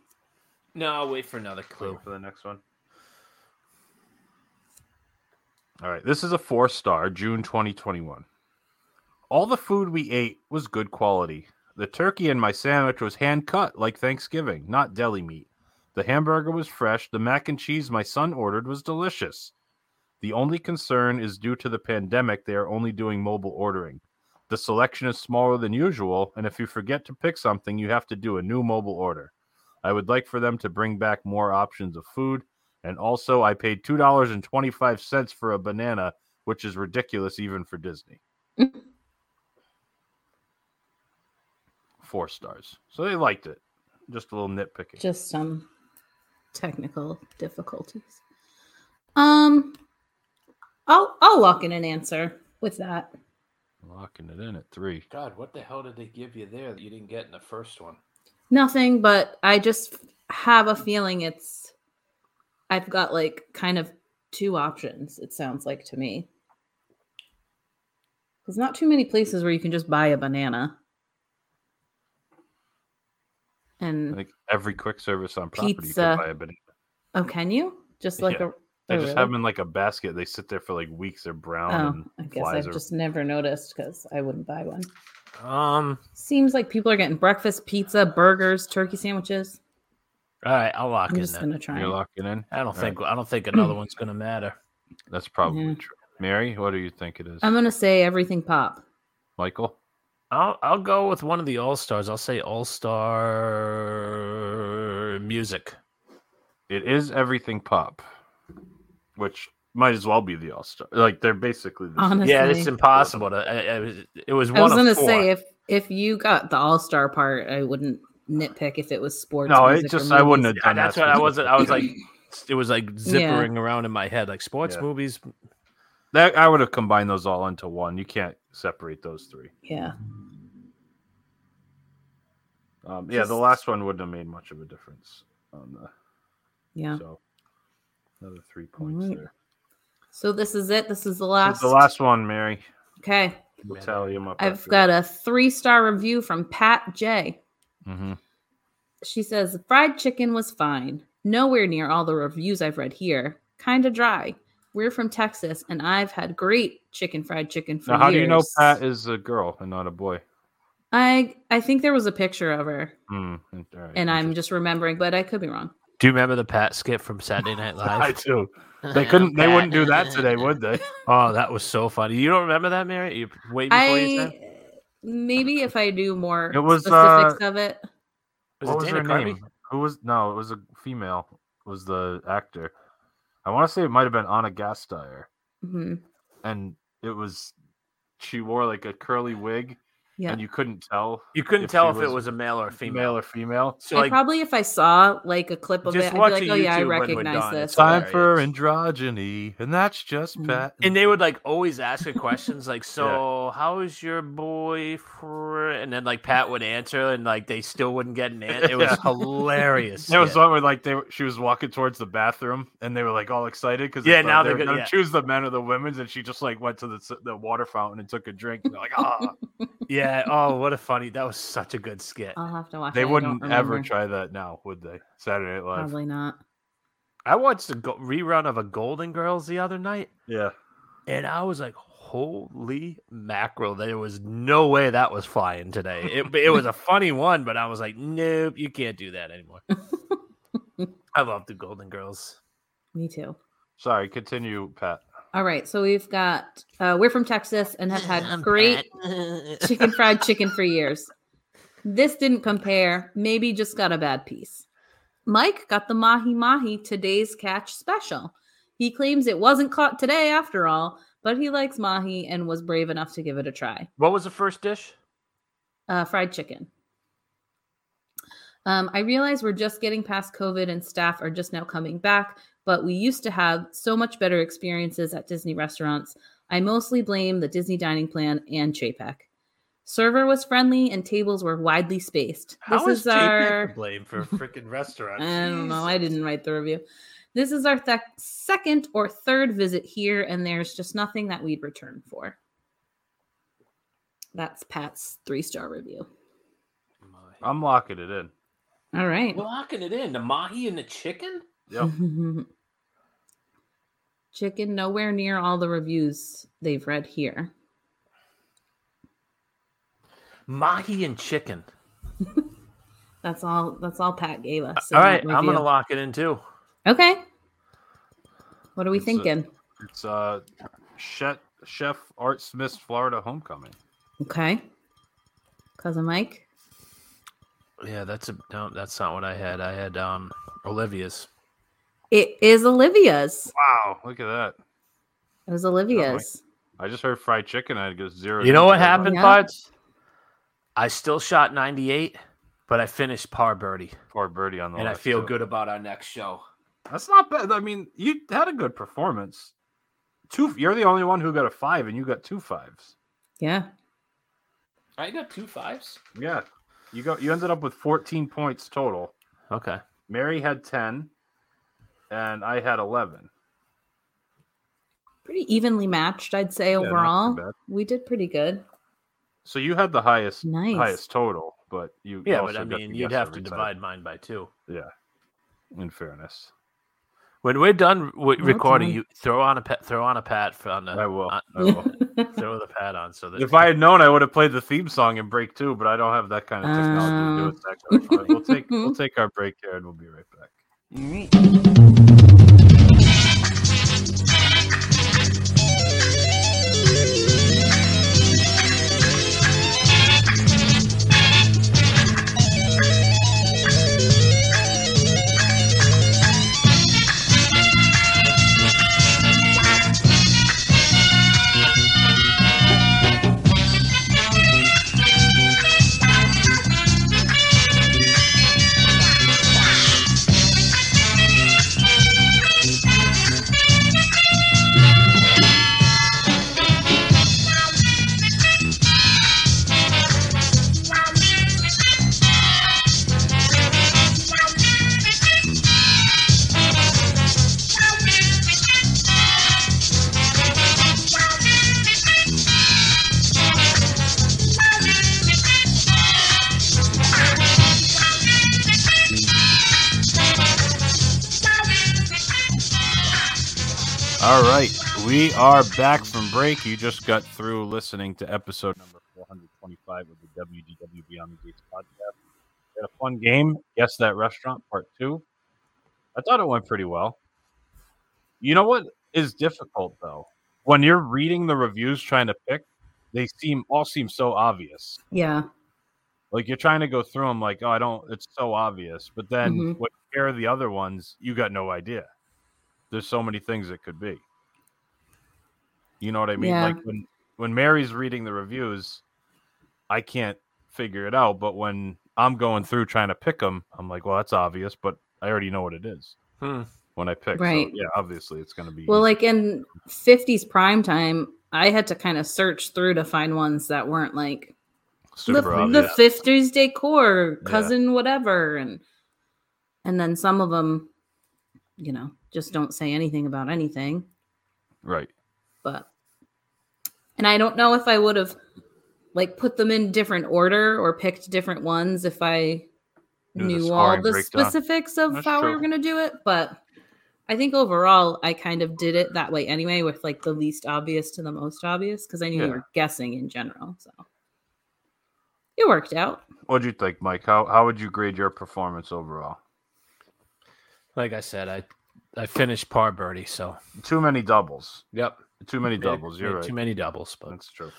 Speaker 7: No, I'll wait for another clue.
Speaker 6: Wait for the next one. All right, this is a four star, June 2021. All the food we ate was good quality. The turkey in my sandwich was hand cut like Thanksgiving, not deli meat. The hamburger was fresh. The mac and cheese my son ordered was delicious. The only concern is due to the pandemic, they are only doing mobile ordering. The selection is smaller than usual, and if you forget to pick something, you have to do a new mobile order. I would like for them to bring back more options of food. And also, I paid $2.25 for a banana, which is ridiculous even for Disney. Four stars. So they liked it. Just a little nitpicking.
Speaker 8: Just some technical difficulties. Um, I'll I'll lock in an answer with that.
Speaker 6: Locking it in at three.
Speaker 7: God, what the hell did they give you there that you didn't get in the first one?
Speaker 8: Nothing, but I just have a feeling it's. I've got like kind of two options, it sounds like to me. There's not too many places where you can just buy a banana.
Speaker 6: I
Speaker 8: And,
Speaker 6: think every quick service on property you can
Speaker 8: Pizza.
Speaker 6: buy a banana.
Speaker 8: oh, can you? Just like
Speaker 6: Yeah. I
Speaker 8: a. oh,
Speaker 6: just
Speaker 8: really?
Speaker 6: have them in like a basket. They sit there for like weeks. They're brown
Speaker 8: Oh, I
Speaker 6: and
Speaker 8: guess
Speaker 6: flies
Speaker 8: I've
Speaker 6: are.
Speaker 8: just never noticed because I wouldn't buy one.
Speaker 7: Um,
Speaker 8: Seems like people are getting breakfast, pizza, burgers, turkey sandwiches.
Speaker 7: all right, I'll lock
Speaker 8: I'm
Speaker 7: in
Speaker 8: just
Speaker 7: that.
Speaker 8: going to try.
Speaker 6: You're
Speaker 8: it.
Speaker 6: locking in.
Speaker 7: I don't
Speaker 6: All
Speaker 7: think I don't think
Speaker 8: (clears throat)
Speaker 7: another one's gonna matter.
Speaker 6: That's probably
Speaker 8: Yeah. Um,
Speaker 6: true. Mary, what do you think it is?
Speaker 8: I'm going to say everything pop.
Speaker 6: Michael?
Speaker 7: I'll I'll go with one of the all stars. I'll say all star music.
Speaker 6: It is everything pop, which might as well be the all star. Like they're basically the same.
Speaker 8: Honestly.
Speaker 7: Yeah, it's impossible to. I, I, was- it was one
Speaker 8: I was
Speaker 7: of
Speaker 8: gonna
Speaker 7: four.
Speaker 8: say if if you got the All Star part, I wouldn't nitpick if it was sports.
Speaker 6: No, it
Speaker 8: music, or
Speaker 6: just I wouldn't have
Speaker 8: movies.
Speaker 7: Yeah,
Speaker 6: done
Speaker 7: that's
Speaker 6: that
Speaker 7: what I
Speaker 6: specific-
Speaker 7: wasn't. I was
Speaker 8: (clears throat)
Speaker 7: like, it was like zippering around in my head, like sports
Speaker 6: Yeah.
Speaker 7: movies.
Speaker 6: (laughs) That I would have combined those all into one. You can't separate those three.
Speaker 8: Yeah,
Speaker 6: Um, yeah, the last one wouldn't have made much of a difference on the
Speaker 8: yeah.
Speaker 6: so another three points
Speaker 8: Alright.
Speaker 6: there.
Speaker 8: So this is it. This is the
Speaker 6: This
Speaker 8: last.
Speaker 6: is the last one, Mary.
Speaker 8: Okay,
Speaker 6: We'll tally 'em up.
Speaker 8: I've got a three star review from Pat J.
Speaker 6: hmm
Speaker 8: She says the fried chicken was fine. Nowhere near all the reviews I've read here. Kinda dry. We're from Texas, and I've had great chicken fried chicken for
Speaker 6: Now, how do you know
Speaker 8: years.
Speaker 6: Pat is a girl and not a boy?
Speaker 8: I I think there was a picture of her,
Speaker 6: Hmm. all right,
Speaker 8: and I'm
Speaker 6: interesting.
Speaker 8: just remembering, but I could be wrong.
Speaker 7: Do you remember the Pat skit from Saturday Night
Speaker 6: (laughs) (laughs) I
Speaker 7: Live?
Speaker 6: do. They couldn't. They wouldn't do (laughs) that today, would they?
Speaker 7: oh, that was so funny. You don't remember that, Mary? You wait before you said.
Speaker 8: I maybe if I do more
Speaker 6: It was,
Speaker 8: specifics
Speaker 7: uh,
Speaker 8: of it.
Speaker 7: Was
Speaker 6: what
Speaker 7: it
Speaker 6: was
Speaker 7: Dana
Speaker 6: her
Speaker 7: Carvey?
Speaker 6: name? Who was no? It was a female. Was the actor? I want to say it might have been Anna Gasteyer,
Speaker 8: Mhm.
Speaker 6: and it was she wore like a curly wig,
Speaker 8: Yeah.
Speaker 6: and you couldn't tell
Speaker 7: You couldn't
Speaker 6: If
Speaker 7: tell
Speaker 6: she
Speaker 7: if it
Speaker 6: was
Speaker 7: was a male or a female.
Speaker 6: male or female.
Speaker 7: So
Speaker 8: I
Speaker 7: like
Speaker 8: probably if I saw like a clip of it, I'd
Speaker 7: Just
Speaker 8: be
Speaker 7: watch
Speaker 8: like,
Speaker 7: a
Speaker 8: oh yeah,
Speaker 7: YouTube
Speaker 8: I
Speaker 7: when we're
Speaker 8: recognize
Speaker 7: done.
Speaker 8: this.
Speaker 7: It's
Speaker 6: Time for
Speaker 7: hilarious.
Speaker 6: androgyny, and that's just
Speaker 8: Mm.
Speaker 6: Pat.
Speaker 7: and they would like always ask her questions
Speaker 6: (laughs)
Speaker 7: like, "So how is your boyfriend?" And then like Pat would answer, and like they still wouldn't get an answer. It was
Speaker 6: (laughs) Yeah.
Speaker 7: hilarious.
Speaker 6: There was
Speaker 7: skit.
Speaker 6: one where like they were, she was walking towards the bathroom and they were like all excited because
Speaker 7: Yeah, now
Speaker 6: they
Speaker 7: they're
Speaker 6: were
Speaker 7: gonna-
Speaker 6: gonna
Speaker 7: yeah.
Speaker 6: choose the men or the women's and she just like went to the s- the water fountain and took a drink and they're like ah
Speaker 7: (laughs) yeah. Oh, what a funny! That was such a good skit.
Speaker 8: I'll have to watch. it.
Speaker 6: they
Speaker 8: I don't
Speaker 6: wouldn't ever
Speaker 8: remember.
Speaker 6: try that now would they Saturday Night Live
Speaker 8: Probably not.
Speaker 7: I watched a go- rerun of a Golden Girls the other night,
Speaker 6: yeah
Speaker 7: and I was like, "Holy mackerel!" There was no way that was flying today. It it
Speaker 8: (laughs)
Speaker 7: was a funny one, but I was like, "Nope, you can't do that anymore." I love the Golden Girls.
Speaker 8: Me too.
Speaker 6: sorry continue Pat
Speaker 8: All right, so we've got uh, we're from Texas and have had great (laughs) chicken fried chicken for years. This didn't compare. Maybe just got a bad piece. Mike got the mahi mahi today's catch special. He claims it wasn't caught today after all, but he likes mahi and was brave enough to give it a try.
Speaker 7: What was the first dish?
Speaker 8: uh, fried chicken. Um, I realize we're just getting past COVID and staff are just now coming back, but we used to have so much better experiences at Disney restaurants. I mostly blame the Disney dining plan and JPEG. Server was friendly and tables were widely spaced.
Speaker 7: How
Speaker 8: this
Speaker 7: is E
Speaker 8: is
Speaker 7: JPEG
Speaker 8: our.
Speaker 7: to blame
Speaker 8: (laughs)
Speaker 7: for a freaking restaurant?
Speaker 8: I don't know.
Speaker 7: Jeez.
Speaker 8: I didn't write the review. This is our th- second or third visit here, and there's just nothing that we'd return for. That's Pat's three star review.
Speaker 6: I'm locking it in
Speaker 8: All right.
Speaker 7: Locking it in the mahi and the chicken. (laughs)
Speaker 6: yep
Speaker 8: (laughs) Chicken nowhere near all the reviews they've read here.
Speaker 7: Mahi and chicken.
Speaker 8: That's all. That's all Pat gave us.
Speaker 7: All
Speaker 8: in
Speaker 7: right,
Speaker 8: that
Speaker 7: I'm gonna
Speaker 8: review.
Speaker 7: lock it in too.
Speaker 8: Okay. What are we
Speaker 6: It's a-
Speaker 8: thinking?
Speaker 6: it's uh chef chef Art Smith's Florida homecoming
Speaker 8: Okay. Cousin Mike.
Speaker 7: Yeah, that's a no. That's not what I had. I had um Olivia's.
Speaker 8: It is Olivia's.
Speaker 6: wow look at that
Speaker 8: It was Olivia's.
Speaker 6: I just heard fried chicken I get zero
Speaker 7: You know what happened,
Speaker 8: Yeah.
Speaker 7: Parts? I still shot 98, but I finished par birdie,
Speaker 6: poor birdie on the
Speaker 7: and I
Speaker 6: left,
Speaker 7: feel
Speaker 6: too.
Speaker 7: good about our next show.
Speaker 6: That's not bad. I mean, you had a good performance. Two. You're the only one who got a five, and you got two fives.
Speaker 8: Yeah.
Speaker 7: I got two fives.
Speaker 6: Yeah, you got. You ended up with 14 points total.
Speaker 7: Okay.
Speaker 6: Mary had 10, and I had 11.
Speaker 8: Pretty evenly matched, I'd say
Speaker 6: not too
Speaker 8: overall.
Speaker 6: bad.
Speaker 8: we did pretty good.
Speaker 6: So you had the highest
Speaker 8: Nice.
Speaker 6: highest total, but you
Speaker 7: Yeah,
Speaker 6: also
Speaker 7: but I
Speaker 6: got
Speaker 7: mean,
Speaker 6: to
Speaker 7: you'd
Speaker 6: guess
Speaker 7: have to
Speaker 6: every time,
Speaker 7: divide mine by two.
Speaker 6: In fairness,
Speaker 7: When we're done w-
Speaker 8: Well,
Speaker 7: recording,
Speaker 8: done.
Speaker 7: you throw on a pat, throw on a pat for on the.
Speaker 6: I will.
Speaker 7: on-
Speaker 6: I will.
Speaker 7: (laughs) throw the pad on so that
Speaker 6: if I had known, I would have played the theme song in break two, but I don't have that kind of technology to do it. That quick. we'll take we'll take our break here, and we'll be right back. All right, we are back from break. You just got through listening to episode number 425 of the WDW Beyond the Gates podcast. We had a fun game, Guess That Restaurant Part 2. I thought it went pretty well. You know what is difficult though? When you're reading the reviews trying to pick, they seem all seem so obvious.
Speaker 8: Yeah.
Speaker 6: Like you're trying to go through them like, "Oh, I don't it's so obvious." But then
Speaker 8: Mhm.
Speaker 6: when you hear the other ones, you got no idea. There's so many things it could be. You know what I mean?
Speaker 8: Yeah.
Speaker 6: Like when when Mary's reading the reviews, I can't figure it out. But when I'm going through trying to pick them, I'm like, well, that's obvious, but I already know what it is
Speaker 7: Hmm.
Speaker 6: when I pick. So,
Speaker 8: Right.
Speaker 6: yeah, obviously it's going to be
Speaker 8: Well, like in 50s prime time, I had to kind of search through to find ones that weren't like the,
Speaker 6: super
Speaker 8: the
Speaker 6: obvious.
Speaker 8: 50s decor,
Speaker 6: Yeah.
Speaker 8: cousin whatever and and then some of them you know, just don't say anything about anything,
Speaker 6: right.
Speaker 8: but and I don't know if I would have like put them in different order or picked different ones if I
Speaker 6: Knew the
Speaker 8: knew all
Speaker 6: scoring
Speaker 8: the
Speaker 6: breakdown.
Speaker 8: specifics of
Speaker 6: That's
Speaker 8: how we
Speaker 6: true.
Speaker 8: were going to do it, but I think overall I kind of did it that way anyway, with like the least obvious to the most obvious because I knew
Speaker 6: Yeah.
Speaker 8: we were guessing in general. So it worked out.
Speaker 6: What'd you think, Mike? How how would you grade your performance overall?
Speaker 7: (laughs) Like I said, I I finished par birdie, so
Speaker 6: Too many doubles.
Speaker 7: yep.
Speaker 6: Too many
Speaker 7: Made-
Speaker 6: doubles. You're
Speaker 7: made
Speaker 6: right.
Speaker 7: Too many doubles, but
Speaker 6: That's true.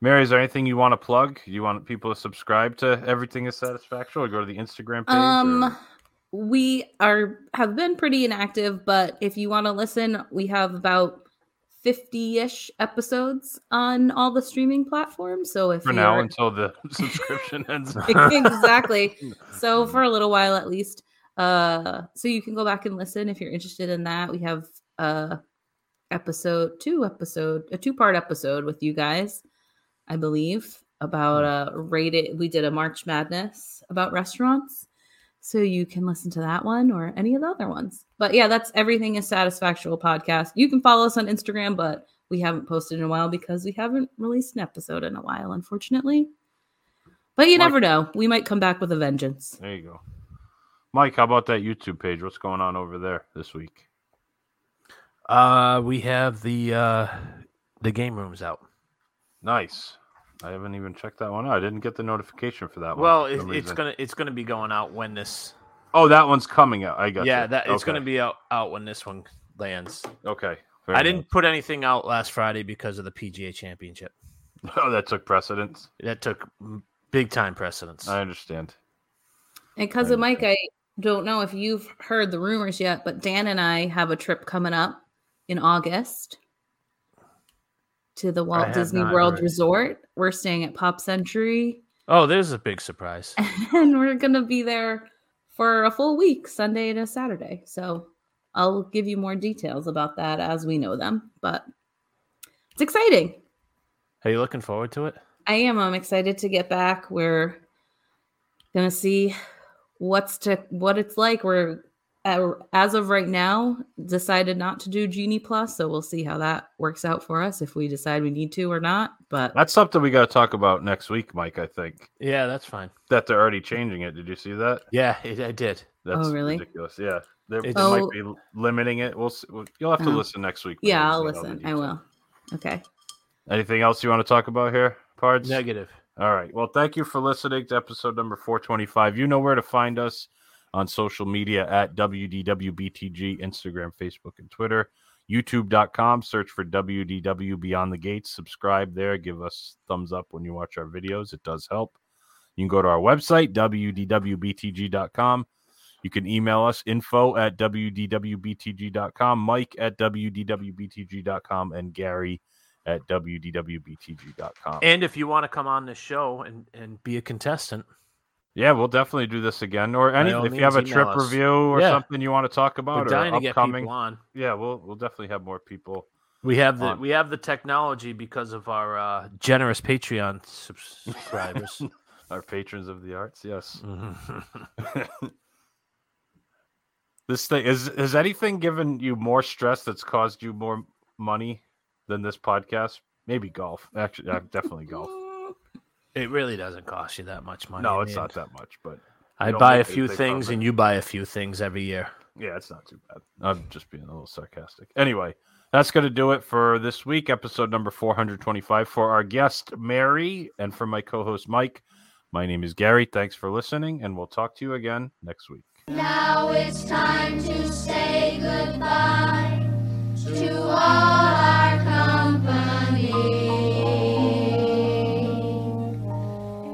Speaker 6: Mary, is there anything you want to plug? You want people to subscribe to Everything is Satisfactual or go to the Instagram page?
Speaker 8: Um,
Speaker 6: or-
Speaker 8: we are have been pretty inactive, but if you want to listen, we have about fifty-ish episodes on all the streaming platforms. So if
Speaker 6: for now
Speaker 8: you're-
Speaker 6: until the (laughs) subscription ends.
Speaker 8: (laughs) exactly, so for a little while at least, uh, so you can go back and listen if you're interested in that. We have uh episode two episode a two part episode with you guys, I believe about uh rated. We did a March Madness about restaurants. So you can listen to that one or any of the other ones. But yeah, that's everything is satisfactual podcast. You can follow us on Instagram, but we haven't posted in a while because we haven't released an episode in a while, unfortunately. But you
Speaker 6: Mike-
Speaker 8: never know. We might come back with a vengeance.
Speaker 6: (laughs) There you go. Mike, how about that YouTube page? What's going on over there this week?
Speaker 7: uh, we have the uh, the game rooms out.
Speaker 6: Nice. I haven't even checked that one out. I didn't get the notification for that one.
Speaker 7: Well,
Speaker 6: for
Speaker 7: it,
Speaker 6: some
Speaker 7: it's
Speaker 6: reason.
Speaker 7: gonna it's gonna be going out when this.
Speaker 6: Oh, that one's coming out. I got
Speaker 7: Yeah, that it's
Speaker 6: okay.
Speaker 7: gonna be out out when this one lands.
Speaker 6: okay. Fair
Speaker 7: I
Speaker 6: enough.
Speaker 7: didn't put anything out last Friday because of the PGA Championship.
Speaker 6: (laughs) Oh, that took precedence.
Speaker 7: That took m- big time precedence.
Speaker 6: I understand.
Speaker 8: And because of Mike, I don't know if you've heard the rumors yet, but Dan and I have a trip coming up in August to the Walt
Speaker 7: have
Speaker 8: Disney
Speaker 7: not
Speaker 8: World
Speaker 7: heard.
Speaker 8: Resort. We're staying at Pop Century (laughs)
Speaker 7: oh, there's a big surprise.
Speaker 8: and we're going to be there for a full week, Sunday to Saturday. So I'll give you more details about that as we know them, but it's exciting.
Speaker 7: Are you looking forward to it?
Speaker 8: I am. I'm excited to get back. We're gonna see what's to what it's like. We're uh, as of right now decided not to do Genie Plus, so we'll see how that works out for us if we decide we need to or not. But
Speaker 6: That's something we got to talk about next week, Mike. I think
Speaker 7: Yeah, that's fine.
Speaker 6: that they're already changing it. Did you see that?
Speaker 7: Yeah, it, I did.
Speaker 6: That's
Speaker 8: Oh, really?
Speaker 6: ridiculous. Yeah, they they
Speaker 7: It's-
Speaker 8: Oh.
Speaker 6: might be limiting it. We'll, see. we'll you'll have to
Speaker 8: Oh.
Speaker 6: listen next week. when
Speaker 8: yeah,
Speaker 6: we
Speaker 8: I'll
Speaker 6: get all the
Speaker 8: listen. I
Speaker 6: details.
Speaker 8: will. Okay.
Speaker 6: Anything else you want to talk about here, Pards?
Speaker 7: Negative.
Speaker 6: All right. Well, thank you for listening to episode number 425. You know where to find us on social media at WDWBTG, Instagram, Facebook, and Twitter. YouTube.com, search for WDW Beyond the Gates. Subscribe there. Give us thumbs up when you watch our videos. It does help. You can go to our website, WDWBTG.com. You can email us info at WDWBTG.com, Mike at WDWBTG.com, and Gary at WDWBTG.com.
Speaker 7: And if you want to come on the show and, and be a contestant,
Speaker 6: Yeah, we'll definitely do this again. Or any
Speaker 7: all
Speaker 6: if you have a
Speaker 7: means,
Speaker 6: trip
Speaker 7: email us.
Speaker 6: review or
Speaker 7: Yeah.
Speaker 6: something you want to talk
Speaker 7: we're
Speaker 6: about or
Speaker 7: dying to get
Speaker 6: upcoming.
Speaker 7: people on.
Speaker 6: Yeah, we'll we'll definitely have more people.
Speaker 7: We have the
Speaker 6: on.
Speaker 7: we have the technology because of our uh, generous Patreon (laughs) subscribers.
Speaker 6: Our patrons of the arts, yes.
Speaker 7: Mhm.
Speaker 6: This thing is has anything given you more stress that's caused you more money than this podcast? Maybe golf. Actually, yeah, definitely
Speaker 7: (laughs)
Speaker 6: golf.
Speaker 7: it really doesn't cost you that much money.
Speaker 6: No,
Speaker 7: I
Speaker 6: it's
Speaker 7: mean,
Speaker 6: not that much, but
Speaker 7: I
Speaker 6: You don't
Speaker 7: buy a
Speaker 6: make
Speaker 7: few
Speaker 6: anything from
Speaker 7: things
Speaker 6: it.
Speaker 7: and you buy a few things every year.
Speaker 6: Yeah, it's not too bad. I'm just being a little sarcastic. Anyway, that's going to do it for this week, episode number 425. For our guest, Mary, and for my co host, Mike, my name is Gary. Thanks for listening, and we'll talk to you again next week.
Speaker 9: Now it's time to say goodbye to all our company.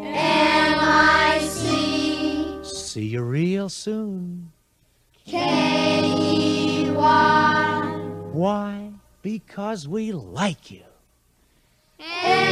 Speaker 9: M-I-C.
Speaker 5: See you real soon.
Speaker 9: K-E-Y.
Speaker 5: Why? Because we like you.
Speaker 9: M-I-C. E?